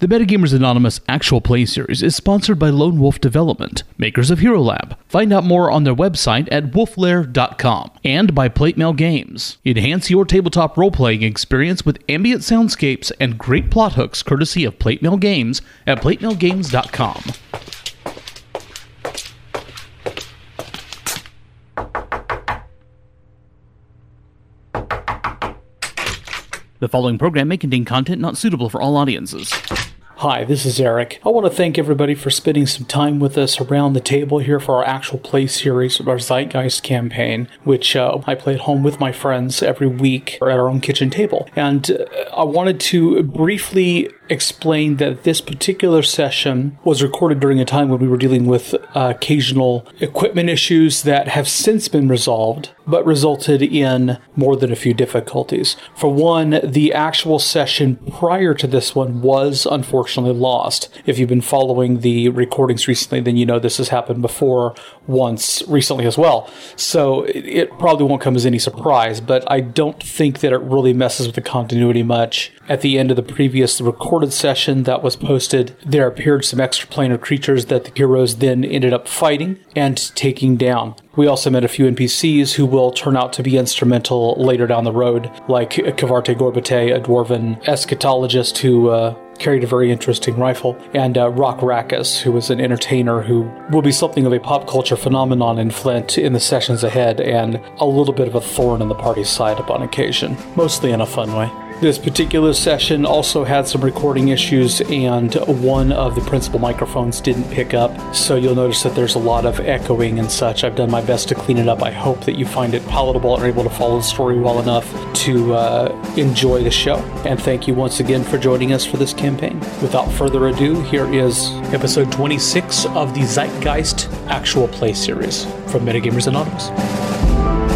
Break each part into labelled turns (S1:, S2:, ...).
S1: The Metagamers Anonymous actual play series is sponsored by Lone Wolf Development, makers of Hero Lab. Find out more on their website at wolflair.com and by Plate Mail Games. Enhance your tabletop role playing experience with ambient soundscapes and great plot hooks courtesy of Plate Mail Games at platemailgames.com. The following program may contain content not suitable for all audiences.
S2: Hi, this is Eric. I want to thank everybody for spending some time with us around the table here for our actual play series of our Zeitgeist campaign, which uh, I play at home with my friends every week at our own kitchen table. And uh, I wanted to briefly explain that this particular session was recorded during a time when we were dealing with uh, occasional equipment issues that have since been resolved, but resulted in more than a few difficulties. For one, the actual session prior to this one was unfortunately lost. If you've been following the recordings recently, then you know this has happened before once recently as well. So it, it probably won't come as any surprise, but I don't think that it really messes with the continuity much. At the end of the previous recording, session that was posted, there appeared some extraplanar creatures that the heroes then ended up fighting and taking down. We also met a few NPCs who will turn out to be instrumental later down the road, like Cavarte Gorbate, a dwarven eschatologist who uh, carried a very interesting rifle, and uh, Rock Rackus, who was an entertainer who will be something of a pop culture phenomenon in Flint in the sessions ahead and a little bit of a thorn in the party's side upon occasion, mostly in a fun way. This particular session also had some recording issues, and one of the principal microphones didn't pick up. So you'll notice that there's a lot of echoing and such. I've done my best to clean it up. I hope that you find it palatable and are able to follow the story well enough to uh, enjoy the show. And thank you once again for joining us for this campaign. Without further ado, here is episode 26 of the Zeitgeist Actual Play series from Metagamers Anonymous.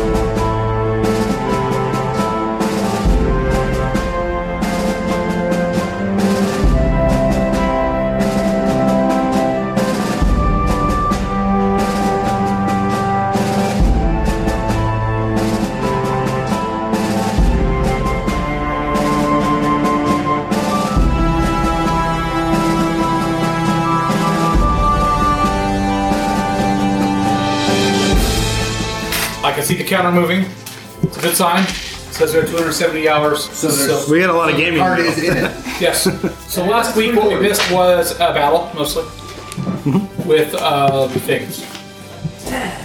S3: I can see the counter moving. It's a good sign. It says we have 270 hours. So,
S4: We had a lot of gaming.
S5: Party is in it.
S3: yes. So last week what we missed was a battle mostly with uh, things,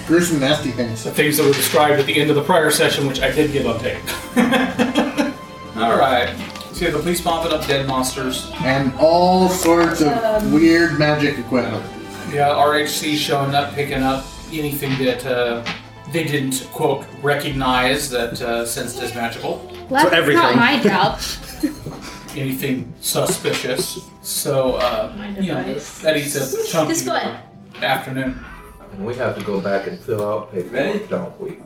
S5: Gruesome, nasty things.
S3: things that were described at the end of the prior session, which I did give on tape. All right. So the police mopping up dead monsters.
S5: And all sorts of weird magic equipment.
S3: Yeah, RHC showing up, picking up anything that uh, they didn't quote recognize that uh, sensed as magical.
S6: Well, that's not
S4: everything.
S6: my job.
S3: anything suspicious. So, uh, you know, that eats a chunk
S6: This
S3: of
S6: one.
S3: your afternoon.
S7: And we have to go back and fill out paperwork, don't we?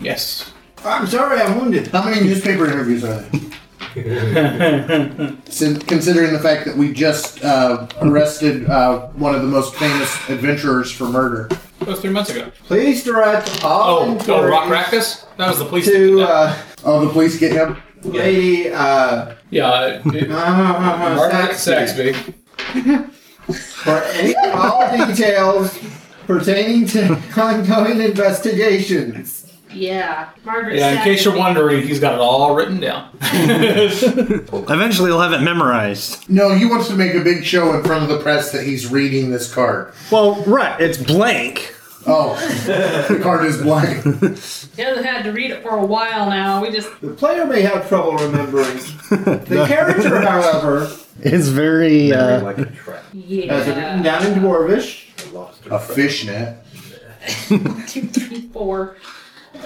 S3: Yes.
S5: I'm sorry, I'm wounded. How many newspaper interviews are there? Sin- Considering the fact that we just uh, arrested uh, one of the most famous adventurers for murder.
S3: That was three months ago.
S5: Please direct all
S3: Oh, oh Rock Rackus? That was the police. that did
S5: to.
S3: that.
S5: Uh, oh, the police get him. Lady. Uh,
S3: yeah, it, Margaret Saxby.
S5: for any all details pertaining to ongoing investigations.
S6: Yeah, Margaret.
S3: Yeah, in case you're wondering, he's got it all written down.
S4: Eventually, he'll have it memorized.
S5: No, he wants to make a big show in front of the press that he's reading this card.
S4: Well, right. It's blank.
S5: Oh, the card is blank.
S8: He hasn't had to read it for a while now. We just
S5: The player may have trouble remembering. The character, however,
S9: It's very
S7: We're
S9: uh,
S7: like a trap.
S5: has it written
S8: yeah.
S5: down in Dwarvish.
S7: We lost
S5: A
S7: our friend.
S5: fishnet.
S8: Two, three, four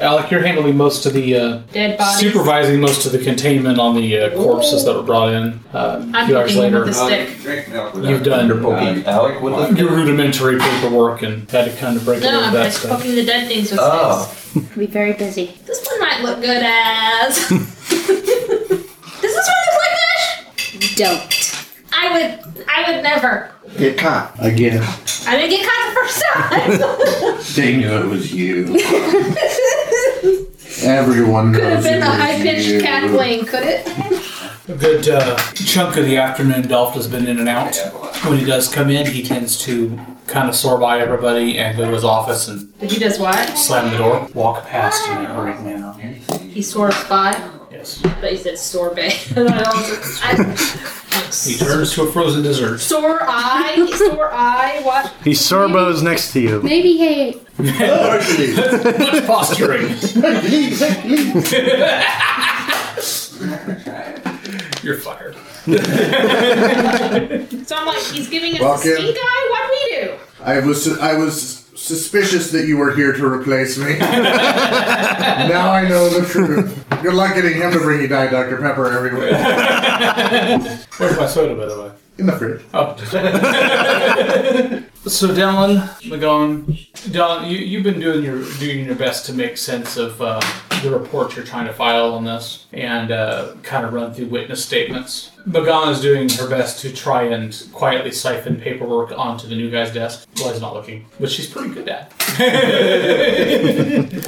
S3: Alec, you're handling most of the, uh,
S8: dead bodies.
S3: supervising most of the containment on the uh, corpses that were brought in uh, a
S8: I'm
S3: few hours
S8: poking
S3: later.
S8: with a stick.
S3: You've done
S7: You're poking Alec with
S3: uh,
S7: us.
S3: your rudimentary paperwork and had to kind of break
S8: No,
S3: away
S8: I'm
S3: that
S8: just
S3: stuff.
S8: poking the dead things with
S7: Oh,
S9: be very busy.
S8: sticks. This one might look good as. Does this one look like
S9: Don't.
S8: that? I would. I would never.
S5: Get caught again.
S8: I didn't get caught the first time.
S5: They knew it was you. Everyone
S8: Could have
S5: knows
S8: been
S5: it
S8: the
S5: was
S8: high pitched
S5: you.
S8: cackling, could it?
S3: A good uh, chunk of the afternoon, Dolph has been in and out. When he does come in, he tends to kind of soar by everybody and go to his office and
S8: Did he does what?
S3: slam the door, walk past in a hurried manner.
S8: He swore by.
S3: Yes.
S8: But he said sorbet. And I was like,
S3: He
S8: I-
S3: turns to a frozen dessert.
S8: Sore eye, sore eye, what?
S4: He sorbos next to you.
S9: Maybe hey,
S3: Posturing. You're fired.
S8: So I'm like, he's giving us
S5: Walk
S8: the
S5: in.
S8: stink eye? What we do?
S5: I was I was suspicious that you were here to replace me. now I know the truth. Good luck getting him to bring you Diet Dr Pepper everywhere
S3: Where's my soda, by the way?
S5: in the fridge.
S3: Oh. so Dylan, McGon, Dylan, you, you've been doing your doing your best to make sense of uh, the report you're trying to file on this, and uh, kind of run through witness statements. McGon is doing her best to try and quietly siphon paperwork onto the new guy's desk while he's not looking, which she's pretty good at.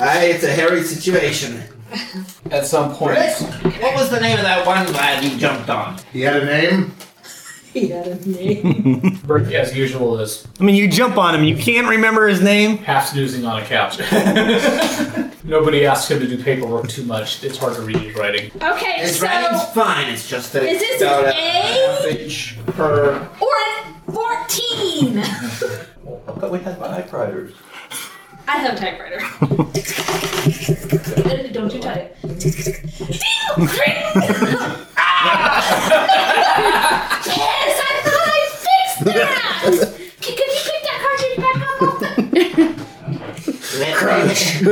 S6: Aye, it's a hairy situation.
S3: At some point,
S6: Rick, what was the name of that one lad you jumped on?
S5: He had a name.
S8: He had a name.
S3: Brick, as usual, is
S4: I mean, you jump on him, you can't remember his name.
S3: half snoozing on a couch. Nobody asks him to do paperwork too much. It's hard to read his writing.
S8: Okay,
S6: His
S8: so
S6: writing's fine, it's just that
S8: is
S6: it's
S8: this
S7: About
S8: an
S7: a
S8: A
S7: half inch per.
S8: or a 14?
S7: But we had typewriters.
S8: I have a typewriter. Don't you type. Ding, cring. Ah! yes, I thought I fixed that. C- Could you pick that cartridge back up? off the-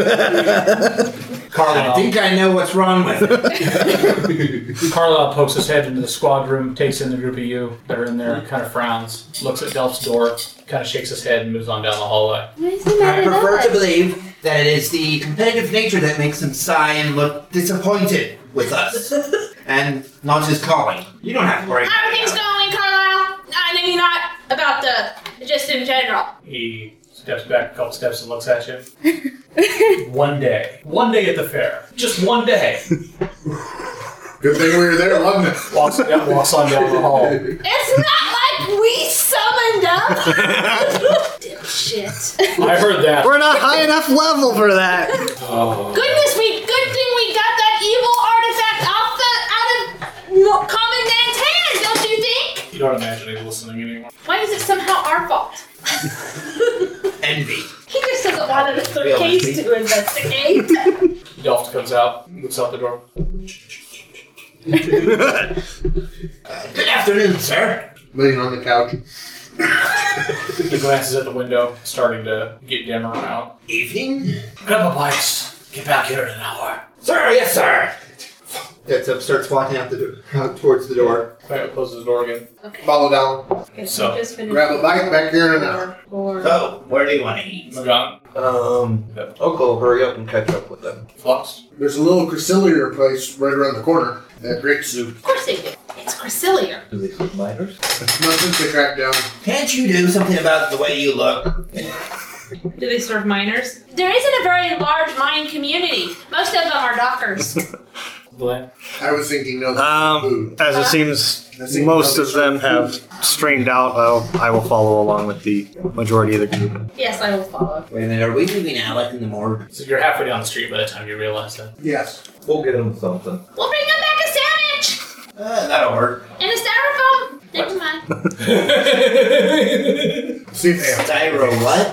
S6: Let me- I think I know what's wrong with it.
S3: Carlisle pokes his head into the squad room, takes in the group of you that are in there, kind of frowns, looks at Delph's door, kind of shakes his head and moves on down the hallway.
S9: what is the
S6: I
S9: matter
S6: prefer to
S9: with
S6: believe that it is the competitive nature that makes him sigh and look disappointed with us. and not his calling. You don't have to worry
S8: How
S6: about
S8: are things
S6: it.
S8: going, Carlisle? I mean, not about the, just in general.
S3: He steps back a couple steps and looks at you. one day. One day at the fair. Just one day.
S5: Good thing we were there, wasn't it?
S3: Walks, down, walks on down the hall.
S8: It's not like we summoned up. Shit.
S3: I heard that. Oh,
S4: We're not high enough level for that.
S8: Goodness, we good thing we got that evil artifact off the out of no, common man's hand, don't you think?
S3: You don't imagine he's listening anymore.
S8: Why is it somehow our fault?
S6: Envy.
S8: He just doesn't want another case to investigate.
S3: Delft comes out, looks out the door.
S6: Good afternoon, sir.
S5: Laying on the couch.
S3: He glances at the window, starting to get dimmer out.
S6: Evening?
S3: Grab a bites. Get back here in an hour.
S6: Sir, yes, sir. Gets up, starts walking out the door, out towards the door.
S3: Quiet closes the door again.
S5: Follow down.
S3: So-
S5: Grab a bike back here in an hour.
S6: So, Oh, where do you want to eat?
S3: McGon
S7: Um, Uncle, hurry up and catch up with them.
S3: flops.
S5: There's a little Cressilier place right around the corner. That great soup.
S8: Of course they do. It's Cresselia.
S7: Do they sleep miners?
S5: Not since they cracked down.
S6: Can't you do something about the way you look?
S8: Do they serve miners? There isn't a very large mine community. Most of them are dockers.
S3: Glenn.
S5: I was thinking no
S4: Um,
S5: food.
S4: as it seems, most of them have strained out. I'll, I will follow along with the majority of the group.
S8: yes, I will follow.
S6: Wait a minute, are we leaving now, like in the morgue?
S3: So you're halfway down the street by the time you realize that.
S5: Yes.
S7: We'll get them something.
S8: We'll bring them back a sandwich.
S6: Uh, that'll work.
S8: In a styrofoam? Never mind.
S5: See if they have
S6: Styro what?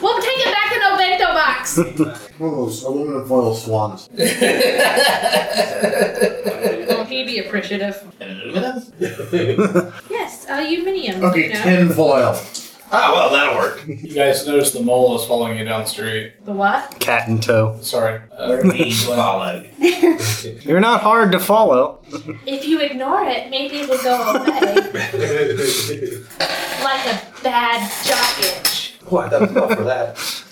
S8: We'll take it back in a bento box.
S5: one of those aluminum foil swans.
S8: Will he be appreciative?
S6: Aluminum?
S8: Yes, aluminium.
S5: Okay,
S8: you know?
S5: tin foil.
S6: Ah, well, that'll work.
S3: You guys notice the mole is following you down the street.
S8: The what?
S4: Cat in tow.
S3: Sorry. Uh,
S6: We're being followed.
S4: You're not hard to follow.
S8: If you ignore it, maybe it will go away. like a bad jock itch.
S7: What? That's not for that.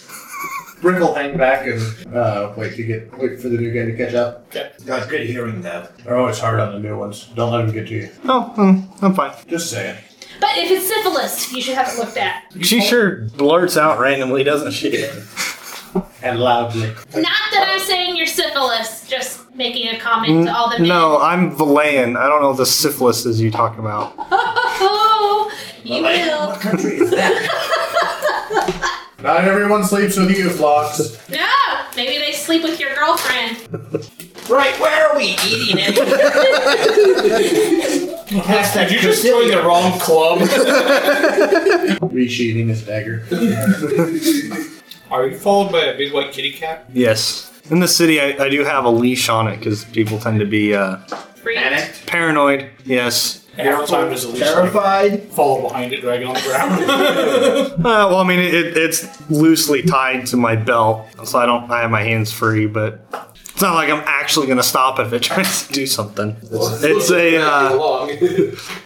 S5: Brick will hang back and uh, wait to get wait for the new guy to catch up.
S6: That's good hearing, though.
S5: They're always hard on the new ones. Don't let them get to you.
S4: Oh, mm, I'm fine.
S5: Just saying.
S8: But if it's syphilis, you should have it looked at.
S4: She sure blurts out randomly, doesn't she?
S5: And loudly.
S8: Not that I'm saying you're syphilis, just making a comment to all the men.
S4: Mm, No, I'm Valayan. I don't know the syphilis is you talking about.
S8: Oh, you will.
S6: What country is that?
S5: Not everyone sleeps with you, Flox.
S8: No, maybe they sleep with your girlfriend.
S6: right, where are we eating it? Hashtag
S3: You're just throwing the wrong club.
S5: Resheathing his dagger.
S3: Are you followed by a big white kitty cat?
S4: Yes. In the city, I, I do have a leash on it because people tend to be uh,
S8: Freak.
S6: Panicked,
S4: paranoid. Yes.
S3: Half the time there's a leash like,
S6: terrified.
S3: follow behind it, drag it on the ground.
S4: Uh, well, I mean, it, it, it's loosely tied to my belt, so I don't. I have my hands free, but it's not like I'm actually gonna stop if it tries to do something. It's, it's a. Uh,
S7: Along. I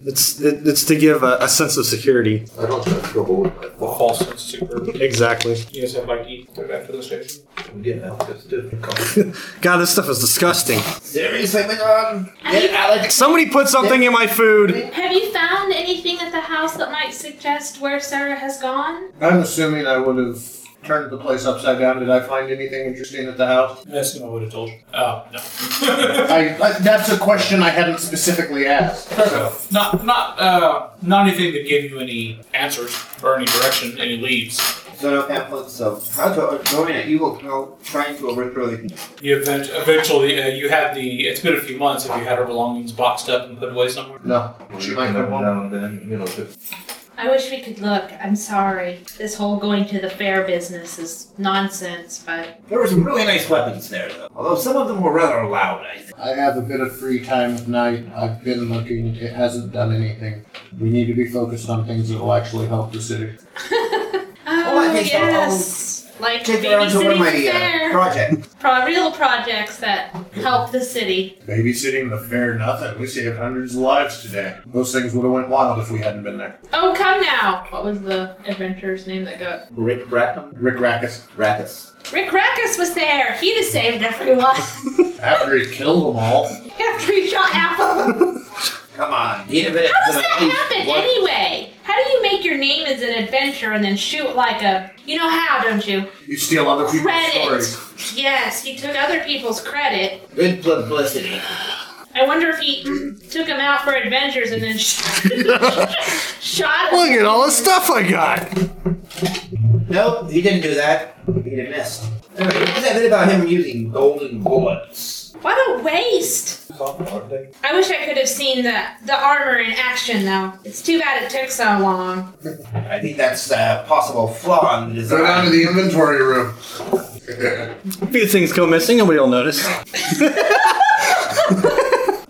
S4: it's it, it's to give a, a sense of security.
S7: don't have trouble with my fault.
S3: False sense super.
S4: Exactly.
S3: You guys have like eat right after the station.
S7: Yeah, that's difficult.
S4: God, this stuff is disgusting.
S6: Seriously, my dog. Get Alex.
S4: Somebody put something in my food.
S8: Have you found anything at the house that might suggest where Sarah has gone?
S5: I'm assuming I would have turned the place upside down. Did I find anything interesting at the house?
S3: That's what I would have told you. Oh, no.
S5: I, I, that's a question I hadn't specifically asked.
S3: Not, not, uh, not anything that gave you any answers or any direction, any leads.
S6: So no pamphlets of how to join an evil cult trying to overthrow the kingdom.
S3: You event- eventually, uh, you had the. It's been a few months. Have you had her belongings boxed up and put away somewhere?
S5: No. She
S7: You
S5: might have
S7: know,
S5: one.
S7: now and then, you know, just
S8: I wish we could look. I'm sorry. This whole going to the fair business is nonsense, but
S6: There were some really nice weapons there, though. Although some of them were rather loud, I think.
S5: I have a bit of free time at night. I've been looking. It hasn't done anything. We need to be focused on things that will actually help the city.
S8: oh
S6: I think so. Oh.
S8: yes, like
S6: Take that onto one
S8: babysitting
S6: of my
S8: the
S6: uh,
S8: fair,
S6: project.
S8: Pro- real projects that help the city.
S5: Babysitting the fair, nothing. We saved hundreds of lives today. Those things would have went wild if we hadn't been there.
S8: Oh, come now! What was the adventurer's name that got?
S6: Rick Brackham?
S5: Rick Rackus,
S6: Rackus.
S8: Rick Rackus was there. He'd have saved everyone
S5: after he killed them all,
S8: after he shot Apple.
S6: Come on, need a bit
S8: How does that happen anyway? How do you make your name as an adventurer and then shoot like a? You know how, don't you?
S5: you steal other people's
S8: Credit.
S5: stories.
S8: Yes, he took other people's credit.
S6: Good publicity.
S8: I wonder if he took him out for adventures and then sh- shot.
S4: Look at all the stuff I got.
S6: Nope, he didn't do that. He'd have missed. Anyway, what was that bit about him using golden bullets?
S8: What a waste! I wish I could have seen the the armor in action though. It's too bad it took so long.
S6: I think that's a possible flaw in the
S5: Go down to
S6: design.
S5: the inventory room.
S4: A few things go missing, nobody will notice.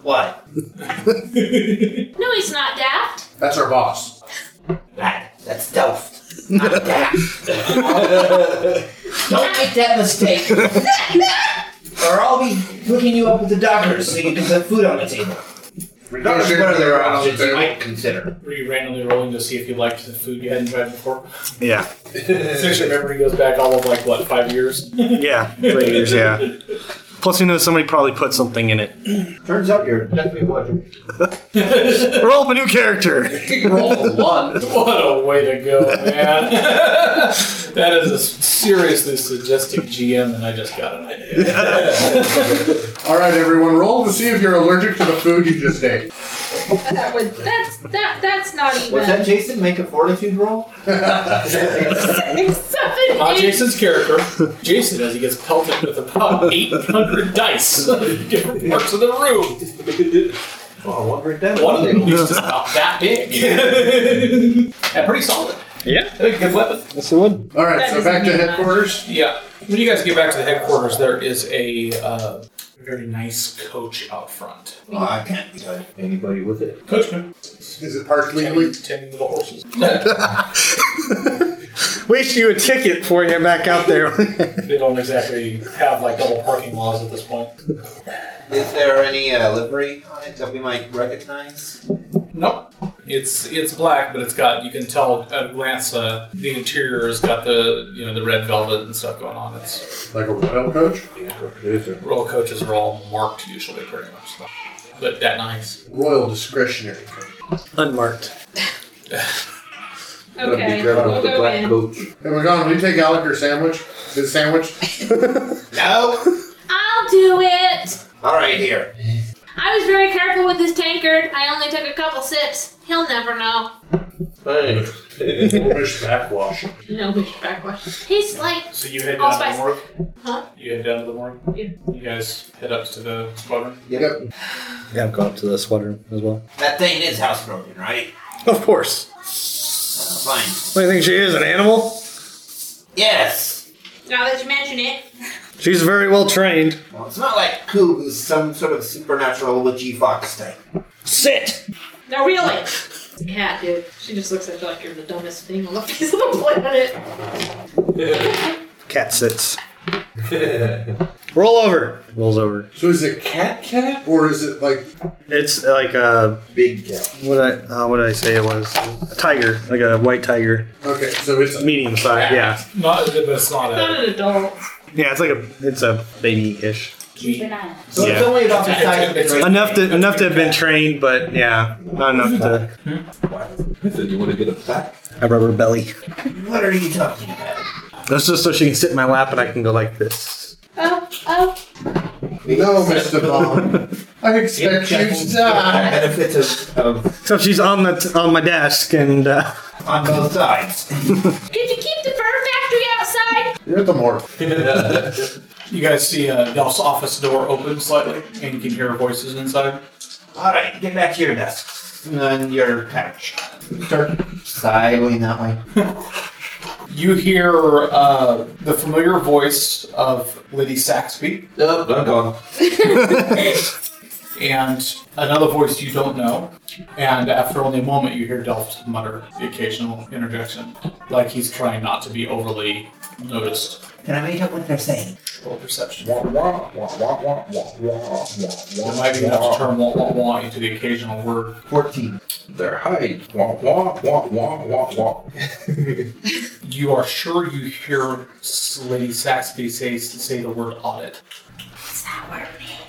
S6: What?
S8: No, he's not daft.
S5: That's our boss.
S6: That. That's stealth. Not that. Don't make that mistake. or I'll be hooking you up with the doctors so you can put food on the table. Doctors,
S5: Reduction
S6: what are their
S5: around the
S6: options you
S5: table.
S6: might consider?
S3: Were you randomly rolling to see if you liked the food you hadn't tried before?
S4: Yeah.
S3: Since your memory goes back all of like what five years?
S4: Yeah. Three years, yeah. Plus, you know somebody probably put something in it.
S6: Turns out you're definitely one.
S4: Roll up a new character.
S5: Roll one.
S3: What a way to go, man! that is a seriously suggestive GM, and I just got an idea.
S5: All right, everyone, roll to see if you're allergic to the food you just ate.
S8: That would that's that that's not even.
S6: Was that Jason make a fortitude roll?
S8: It's something
S3: Not
S8: in-
S3: Jason's character. Jason, as he gets pelted with about 800 dice in different parts of the room.
S6: Oh, I wonder if that
S3: One of them is just about that big. and pretty solid.
S1: Yeah.
S3: Good weapon.
S10: That's the one.
S5: All right,
S8: That
S5: so
S8: doesn't
S5: back to
S8: mean much.
S5: headquarters.
S3: Yeah. When you guys get back to the headquarters, there is a uh, very nice coach out front.
S6: Oh, I can't be good.
S7: anybody with it.
S3: Coachman.
S5: Is it parked legally?
S3: Tending tending the horses.
S4: Wish you a ticket before you back out there.
S3: they don't exactly have like double parking laws at this point.
S6: Is there any uh, livery on it that we might recognize?
S3: Nope. It's it's black, but it's got you can tell at a glance uh, the interior has got the you know the red velvet and stuff going on. It's
S5: Like a royal coach?
S3: roll coaches are all marked usually pretty much, so. but that nice.
S5: Royal discretionary.
S4: Unmarked.
S8: Okay,
S7: Be careful
S8: we'll
S7: with the
S8: go
S7: black
S8: in.
S7: coach.
S5: Hey, McGon, will you take Alec your sandwich? His sandwich?
S6: No.
S8: I'll do it.
S6: All right, here.
S8: I was very careful with this tankard. I only took a couple sips. He'll never know.
S7: Hey.
S10: Rubbish backwash.
S8: No bitch backwash. He's like,
S3: So you head down to
S8: Allspice.
S3: the morgue?
S8: Huh?
S3: You head down to the morgue? You guys head up to the squadron?
S5: Yep.
S4: Yeah, I've gone up to the sweater as well.
S6: That thing is housebroken, right?
S4: Of course.
S6: Uh, fine.
S4: What do you think she is, an animal?
S6: Yes.
S8: now that you mention it,
S4: She's very well trained.
S6: Well, it's not like Koo who's some sort of supernatural witchy fox thing.
S4: Sit!
S8: no really. Yeah, dude. She just looks at you like you're the dumbest thing on the face of the planet.
S4: Cat sits. Roll over. Rolls over.
S5: So is it cat cat or is it like
S4: It's like a
S7: Big cat.
S4: what I uh, what did I say it was a tiger, like a white tiger,
S5: okay? So it's
S4: medium size. Yeah,
S3: Not, but it's not a.
S8: Not an adult.
S4: yeah. It's like a it's a baby ish.
S9: Keep an eye on it.
S6: So
S4: Yeah.
S6: it's only about the size of the great.
S4: Enough to enough to have been trained, but yeah, not enough to
S7: I said, you want to get a plaque?
S4: have rubber belly.
S6: What are you talking about?
S4: That's just so she can sit in my lap and I can go like this.
S8: Oh, oh.
S5: no, Mister Bob. I expect you to die.
S6: Benefits of, of
S4: So she's on the t- on my desk and uh,
S6: on both sides.
S8: Could you keep the fur factory outside?
S5: You're at the morgue.
S3: You guys see uh, Delph's office door open slightly, and you can hear voices inside.
S6: All right, get back to your desk and your couch. Start sidling that way.
S3: You hear uh, the familiar voice of Liddy Saxby,
S7: Nope, I'm gone.
S3: and another voice you don't know. And after only a moment, you hear Delft mutter the occasional interjection, like he's trying not to be overly noticed.
S6: Can I make out what they're saying?
S3: Roll perception.
S7: Wah, wah, wah, wah, wah, wah, wah, wah,
S3: There might be enough to turn wah wah wah into the occasional word.
S6: 14.
S7: Their height. Wah, wah, wah, wah, wah, wah.
S3: You are sure you hear S- Lady Saxby say, say the word audit.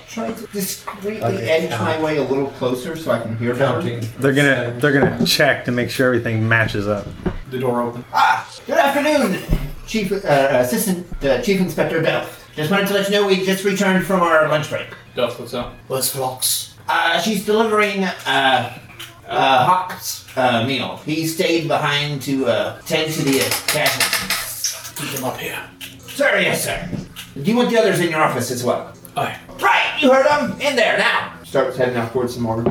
S6: Try to discreetly edge my way a little closer so I can hear better.
S4: they're gonna they're gonna check to make sure everything matches up.
S3: The door open.
S6: Ah, good afternoon, Chief uh, Assistant uh, Chief Inspector Bell. Just wanted to let you know we just returned from our lunch break.
S3: Delft looks out. Let's rocks.
S6: Uh, she's delivering uh, uh, Hawk's uh, meal. He stayed behind to uh, tend to the uh, casualties.
S3: Keep them up here.
S6: Sir, yes, sir. Do you want the others in your office as well?
S3: Aye.
S6: Right, you heard them. In there now. Starts heading out towards the morgue.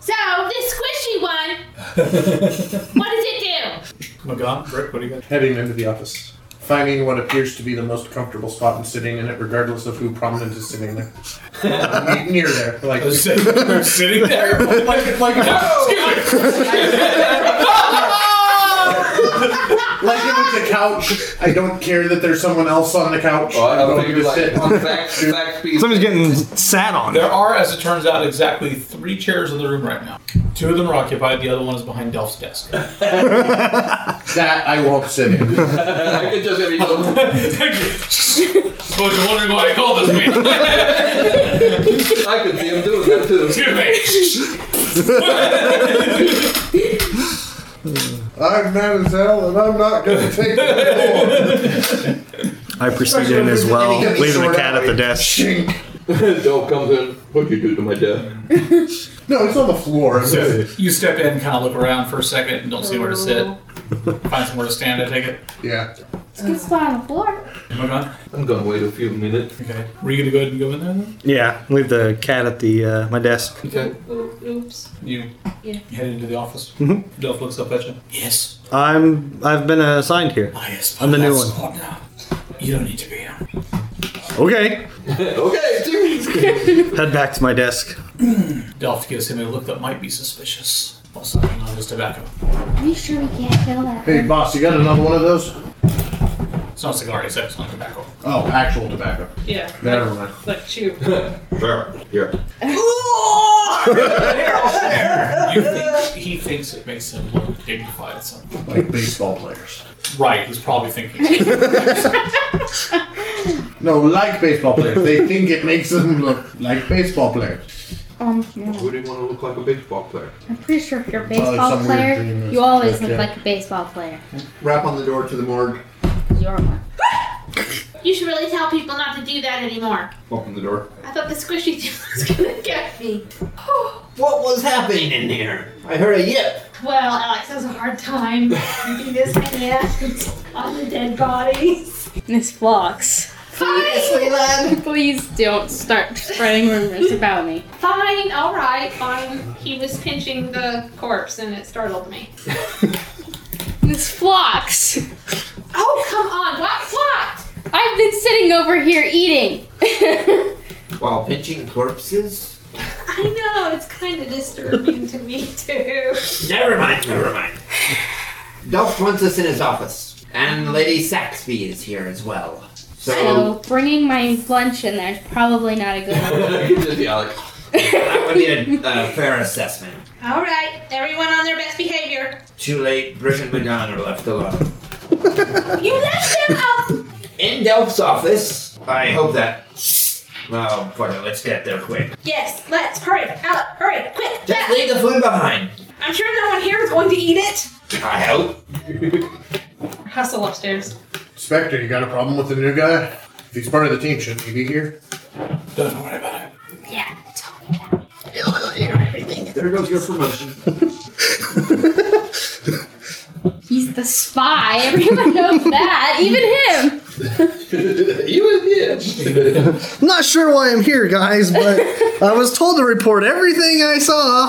S8: So, this squishy one, what does it do?
S3: McGon, Rick, what do you got?
S5: Heading into the office. Finding what appears to be the most comfortable spot and sitting in it, regardless of who prominent is sitting there. Ne- Near there. Like,
S3: Sit- sitting there.
S5: like, like, like if it's a couch, I don't care that there's someone else on the couch.
S7: Well, I
S5: I'm
S7: don't
S5: going
S7: think
S5: to
S7: you're like
S5: sit.
S7: on back, back piece.
S4: Somebody's getting sat on.
S3: There are, as it turns out, exactly three chairs in the room right now. Two of them are occupied, the other one is behind Delph's desk.
S5: That I won't sit in.
S7: I could just have you.
S3: Suppose you're wondering why I called this meeting.
S7: I could see him doing that too.
S3: Excuse me.
S5: I'm mad as hell, and I'm not going to take it anymore.
S4: I proceed in as well, leaving the cat at the desk.
S5: Shink.
S7: Dog comes in. What'd you do to my dad?
S5: No, it's on the floor.
S3: You step in, kind of look around for a second, and don't see where to sit. Find somewhere to stand, I take it.
S5: Yeah.
S9: It's a good spot on the floor.
S3: McGon?
S7: I'm gonna wait a few minutes.
S3: Okay. Were you going to go ahead and go in there then?
S4: Yeah, leave the cat at the uh, my desk.
S7: Okay.
S8: Ooh, oops.
S3: You
S8: Yeah.
S3: head into the office.
S4: Mm-hmm.
S3: Delph looks up at you. Yes.
S4: I'm I've been assigned here.
S3: Ah, yes.
S4: I'm the new
S3: That's
S4: one.
S3: hot now. You don't need to be here.
S4: Okay.
S7: Okay, dude.
S4: Head back to my desk.
S3: Delph gives him a look that might be suspicious while sucking on his tobacco.
S9: Are you sure we can't kill that?
S5: Hey, boss, you got another one of those?
S3: It's not cigar, it's excellent tobacco.
S5: Oh, actual tobacco.
S8: Yeah,
S5: Never mind.
S8: like chew.
S7: Sure. Here.
S3: You think he thinks it makes him look dignified something.
S5: Like baseball players.
S3: Right, he's probably thinking.
S5: No, like baseball players. They think it makes them look like baseball players.
S9: Um, no.
S7: Who do you want to look like a baseball player?
S9: I'm pretty sure if you're a baseball
S5: some weird
S9: player,
S5: dream that's
S9: you always
S5: like
S9: look
S5: that.
S9: like a baseball player.
S5: Rap on the door to the morgue.
S9: You're one.
S8: You should really tell people not to do that anymore.
S11: Open the door.
S8: I thought the squishy thing was gonna get me.
S6: What was happening in here? I heard a yip.
S8: Well, Alex has a hard time doing this and that on the dead bodies.
S12: Miss Flocks.
S8: Fine.
S12: Please don't start spreading rumors about me.
S8: Fine. All right. Fine. He was pinching the corpse and it startled me.
S12: Miss Flocks!
S8: Oh come on! What? What?
S12: I've been sitting over here eating.
S6: While pinching corpses?
S8: I know it's kind of disturbing to me too.
S6: Never mind, never mind. Delft wants us in his office. And Lady Saxby is here as well. So,
S12: So bringing my lunch in there is probably not a good idea.
S6: that would be a, a fair assessment.
S8: All right. Everyone on their best behavior.
S6: Too late, Brick and McGon are left alone.
S8: You left them up.
S6: In Delph's office, I hope that. Well, fuck it, let's get there quick.
S8: Yes. Let's hurry. Alex, hurry, quick.
S6: Just leave the food behind.
S8: I'm sure no one here is going to eat it.
S6: I hope.
S8: Hustle upstairs.
S5: Spectre, you got a problem with the new guy? If he's part of the team, shouldn't he be here?
S10: Don't worry about it.
S8: Yeah.
S6: There goes your promotion.
S12: He's the spy. Everyone knows that. Even him.
S4: I'm not sure why I'm here, guys, but I was told to report everything I saw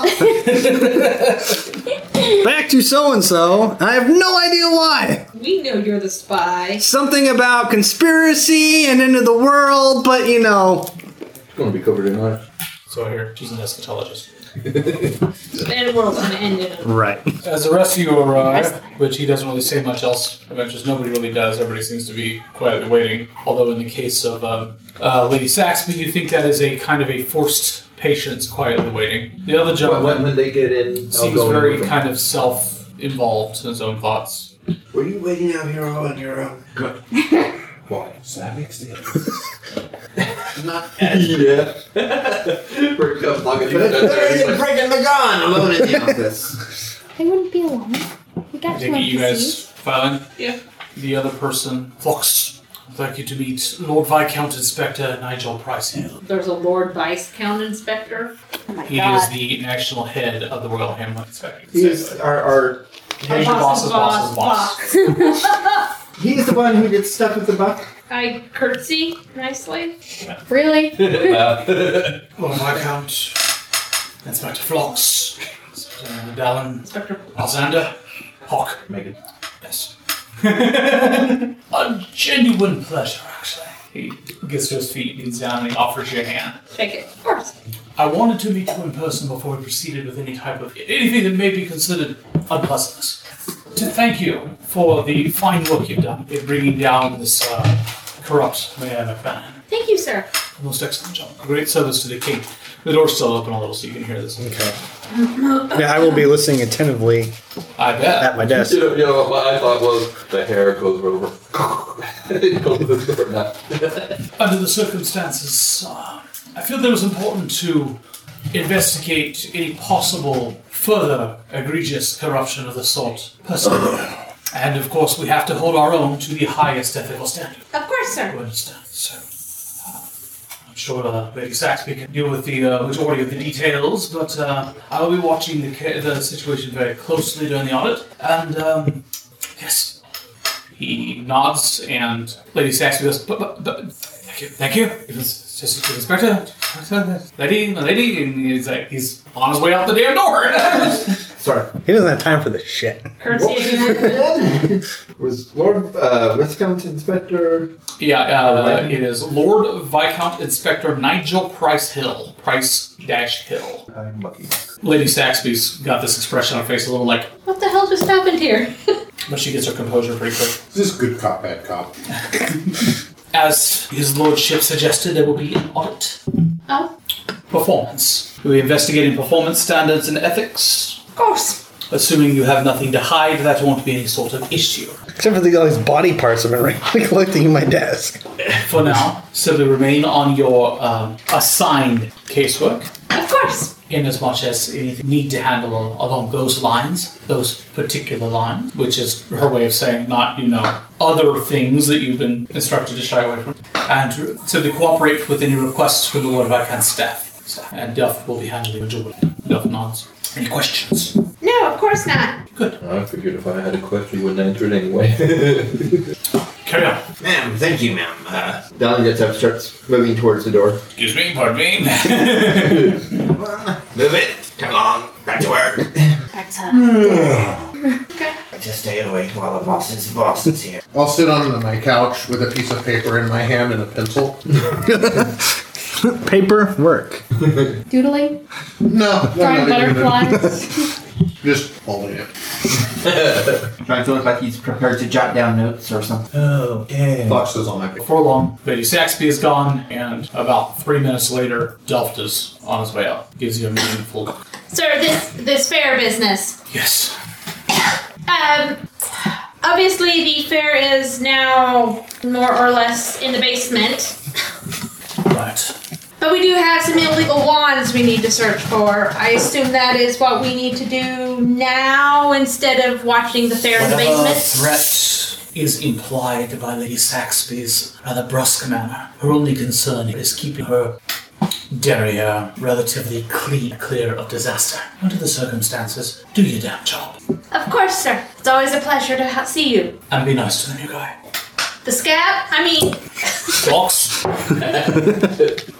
S4: back to so and so. I have no idea why.
S8: We know you're the spy.
S4: Something about conspiracy and end of the world, but you know.
S11: It's going to be covered in honor.
S3: So here, she's an eschatologist.
S8: And world's gonna end in a
S4: Right.
S3: As the rest of you arrive, which he doesn't really say much else about, just nobody really does. Everybody seems to be quietly waiting. Although in the case of um, uh, Lady Saxby, you think that is a kind of a forced patience quietly waiting. The other
S7: When,
S3: gentleman
S7: when they get in, I'll
S3: seems
S7: go in
S3: very
S7: with them.
S3: kind of self-involved in his own thoughts.
S7: Were you waiting out here all on your own? Good. Why? So that makes sense.
S6: Not
S7: yeah. We're just talking to
S6: There is Brick and McGon alone in the office.
S9: They wouldn't be alone. We got two
S3: Take it, you
S9: NPCs.
S3: guys filing? Yeah. The other person, Fox. I'd like you to meet Lord Viscount Inspector Nigel Price Hill.
S12: There's a Lord Viscount Inspector. Oh my
S3: He
S12: god.
S3: is the national head of the Royal Hamlet Inspector.
S6: He's our, our
S3: He's your boss's boss's boss.
S6: He's the one who gets stuck with the buck.
S8: I curtsy nicely.
S12: Really?
S3: Lord Viscount, Inspector Phlox, Inspector Dallin, Inspector Alexander, Hawk. Megan. Yes. A genuine pleasure, actually. He gets to his feet, kneels down, and he offers you a hand.
S8: Shake it. Of course.
S3: I wanted to meet you in person before we proceeded with any type of anything that may be considered unpleasantness. To thank you for the fine work you've done in bringing down this uh, corrupt Mayor McMahon.
S8: Thank you, sir.
S3: Most excellent job. Great service to the king. The door's still open a little so you can hear this.
S4: Okay. Yeah, I will be listening attentively
S3: I bet.
S4: at my desk.
S11: You know, you know, what I thought was the hair goes over. it goes over now.
S3: Under the circumstances, uh, I feel that it was important to investigate any possible further egregious corruption of the sort personally. and of course, we have to hold our own to the highest ethical standard.
S8: Of course, sir.
S3: You understand? So, uh, I'm sure uh, Lady Saxby can deal with the uh, majority of the details, but uh, I will be watching the, ca- the situation very closely during the audit. And um, yes, he nods, and Lady Saxby goes, but, but, but, "Thank you, thank you." It was just it was inspector, lady, my lady, and he's like, he's on his way out the damn door.
S6: Sorry.
S4: He doesn't have time for this shit.
S8: Curtsy again.
S7: Was Lord uh, Viscount Inspector?
S3: Yeah, uh, it is Lord Viscount Inspector Nigel Price Hill. Price dash Hill.
S7: I'm lucky.
S3: Lady Saxby's got this expression on her face, a little like,
S8: What the hell just happened here?
S3: but she gets her composure pretty quick.
S5: Is this good cop, bad cop?
S3: As his lordship suggested, there will be an audit.
S8: Oh,
S3: Performance. We'll be investigating performance standards and ethics.
S8: of course.
S3: Assuming you have nothing to hide, that won't be any sort of issue.
S4: Except for the, all these body parts I've been randomly collecting in my desk.
S3: For now, simply remain on your um, assigned casework.
S8: Of course.
S3: in as much as you need to handle along those lines, those particular lines, which is her way of saying not, you know, other things that you've been instructed to shy away from. And so they cooperate with any requests from the Lord Vacan's staff. staff. And Duff will be handling the majority. Duff nods. Any questions?
S8: No, of course not.
S11: I figured if I had a question, you wouldn't answer it anyway.
S3: Carry on.
S6: Ma'am, thank you, ma'am. Uh,
S11: Don gets up, starts moving towards the door.
S6: Excuse me, pardon me. Move it. Come along. Back to work.
S12: Back
S6: okay. Just stay awake while the boss is, boss is here.
S5: I'll sit on my couch with a piece of paper in my hand and a pencil.
S4: Paper work.
S12: Doodling?
S5: No, no,
S12: Drawing
S5: not even
S12: butterflies?
S5: Just holding it.
S6: Trying to look like he's prepared to jot down notes or something. Oh, yeah.
S5: Foxes on my
S3: Before long, Lady Saxby is gone, and about three minutes later, Delft is on his way out. Gives you a meaningful.
S8: Sir, this this fair business.
S3: Yes.
S8: Um, obviously the fair is now more or less in the basement,
S3: Right.
S8: but we do have some illegal wands we need to search for. I assume that is what we need to do now instead of watching the fair in the
S3: Whatever
S8: basement.
S3: threat is implied by Lady Saxby's rather brusque manner, her only concern is keeping her derriere relatively clean, clear of disaster. Under the circumstances, do your damn job
S8: Of course, sir. It's always a pleasure to ha- see you.
S3: and be nice to the new guy.
S8: The scab? I mean,
S3: Box.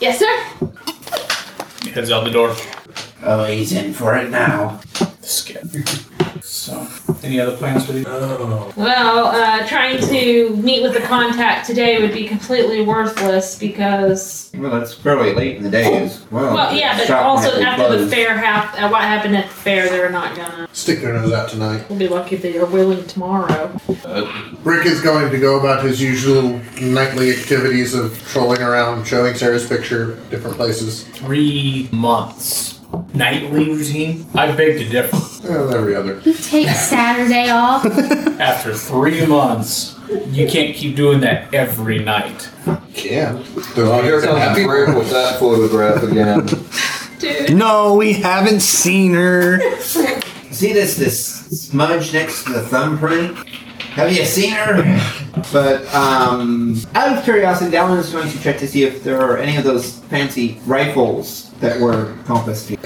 S8: yes, sir.
S3: Heads out the door.
S6: Oh, he's in for it now.
S3: Skip. So, any other plans for the? Oh.
S8: Well, uh, trying to meet with the contact today would be completely worthless because.
S6: Well, that's fairly late in the day as well.
S8: Well, yeah, but
S6: Shop
S8: also
S6: might be
S8: after the
S6: closed.
S8: fair, hap- uh, what happened at the fair, they're not gonna.
S5: Stick their nose out tonight.
S8: We'll be lucky if they are willing tomorrow.
S5: Rick is going to go about his usual nightly activities of trolling around, showing Sarah's picture, different places.
S3: Three months. Nightly routine? I beg to differ.
S5: Well, every other.
S12: You take Saturday off.
S3: After three months, you can't keep doing that every night.
S5: Can.
S11: Here comes Rick with that photograph again.
S4: No, we haven't seen her.
S6: See this this smudge next to the thumbprint? Have you seen her? But um, out of curiosity, Dallin is going to check to see if there are any of those fancy rifles that were confiscated.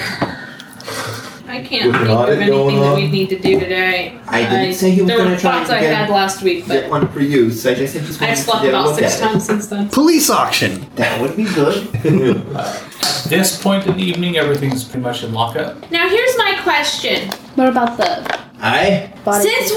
S8: I can't
S6: With an
S8: think of
S6: audit going
S8: anything that
S6: on?
S8: we'd need to do today.
S6: I didn't say he was
S8: There were
S6: gonna try
S8: thoughts
S6: and
S8: I
S6: get-
S8: had last week,
S6: Get
S8: but
S6: one for you. So I just think he's going
S8: I've
S6: to
S8: slept
S6: get a
S8: about
S6: look
S8: six
S6: at
S8: times since then.
S6: it. Police auction. That would be good.
S3: At this point in the evening, everything's pretty much in lockup.
S8: Now, here's my question.
S12: What about the
S6: I?
S12: body?
S8: Since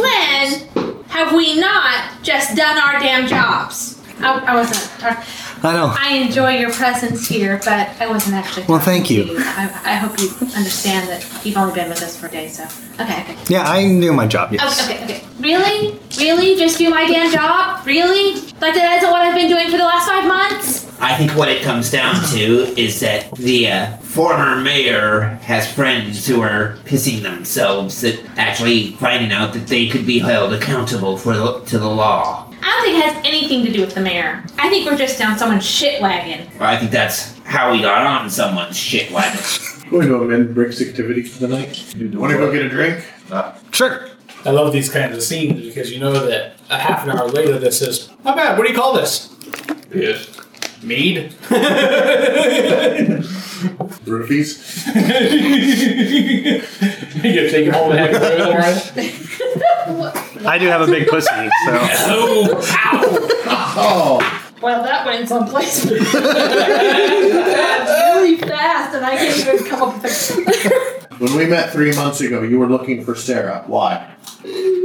S8: when have we not just done our damn jobs? I, I wasn't. tar-
S4: I know.
S8: I enjoy your presence here, but I wasn't actually.
S4: Well,
S8: talking
S4: thank
S8: to
S4: you.
S8: I, I hope you understand that you've only been with us for a day, so. Okay, okay.
S4: Yeah, I can do my job. Yes.
S8: Okay, okay, okay. Really? Really? Just do my damn job? Really? Like that isn't what I've been doing for the last five months?
S6: I think what it comes down to is that the uh, former mayor has friends who are pissing themselves at actually finding out that they could be held accountable for the, to the law.
S8: I don't think it has anything to do with the mayor. I think we're just down someone's shit wagon.
S6: I think that's how we got on someone's shit wagon.
S5: Going to amend Rick's activity for the night. Want to go get a drink?
S4: Sure.
S3: I love these kinds of scenes because you know that a half an hour later, this is my bad. What do you call this?
S11: Yes.
S3: Mead.
S5: Roofies?
S3: You're gonna take him home and have your dinner, right?
S4: I do have a big pussy, so.
S5: Oh.
S8: Well, that went someplace really fast, and I can't even come up with a.
S5: When we met three months ago, you were looking for Sarah. Why?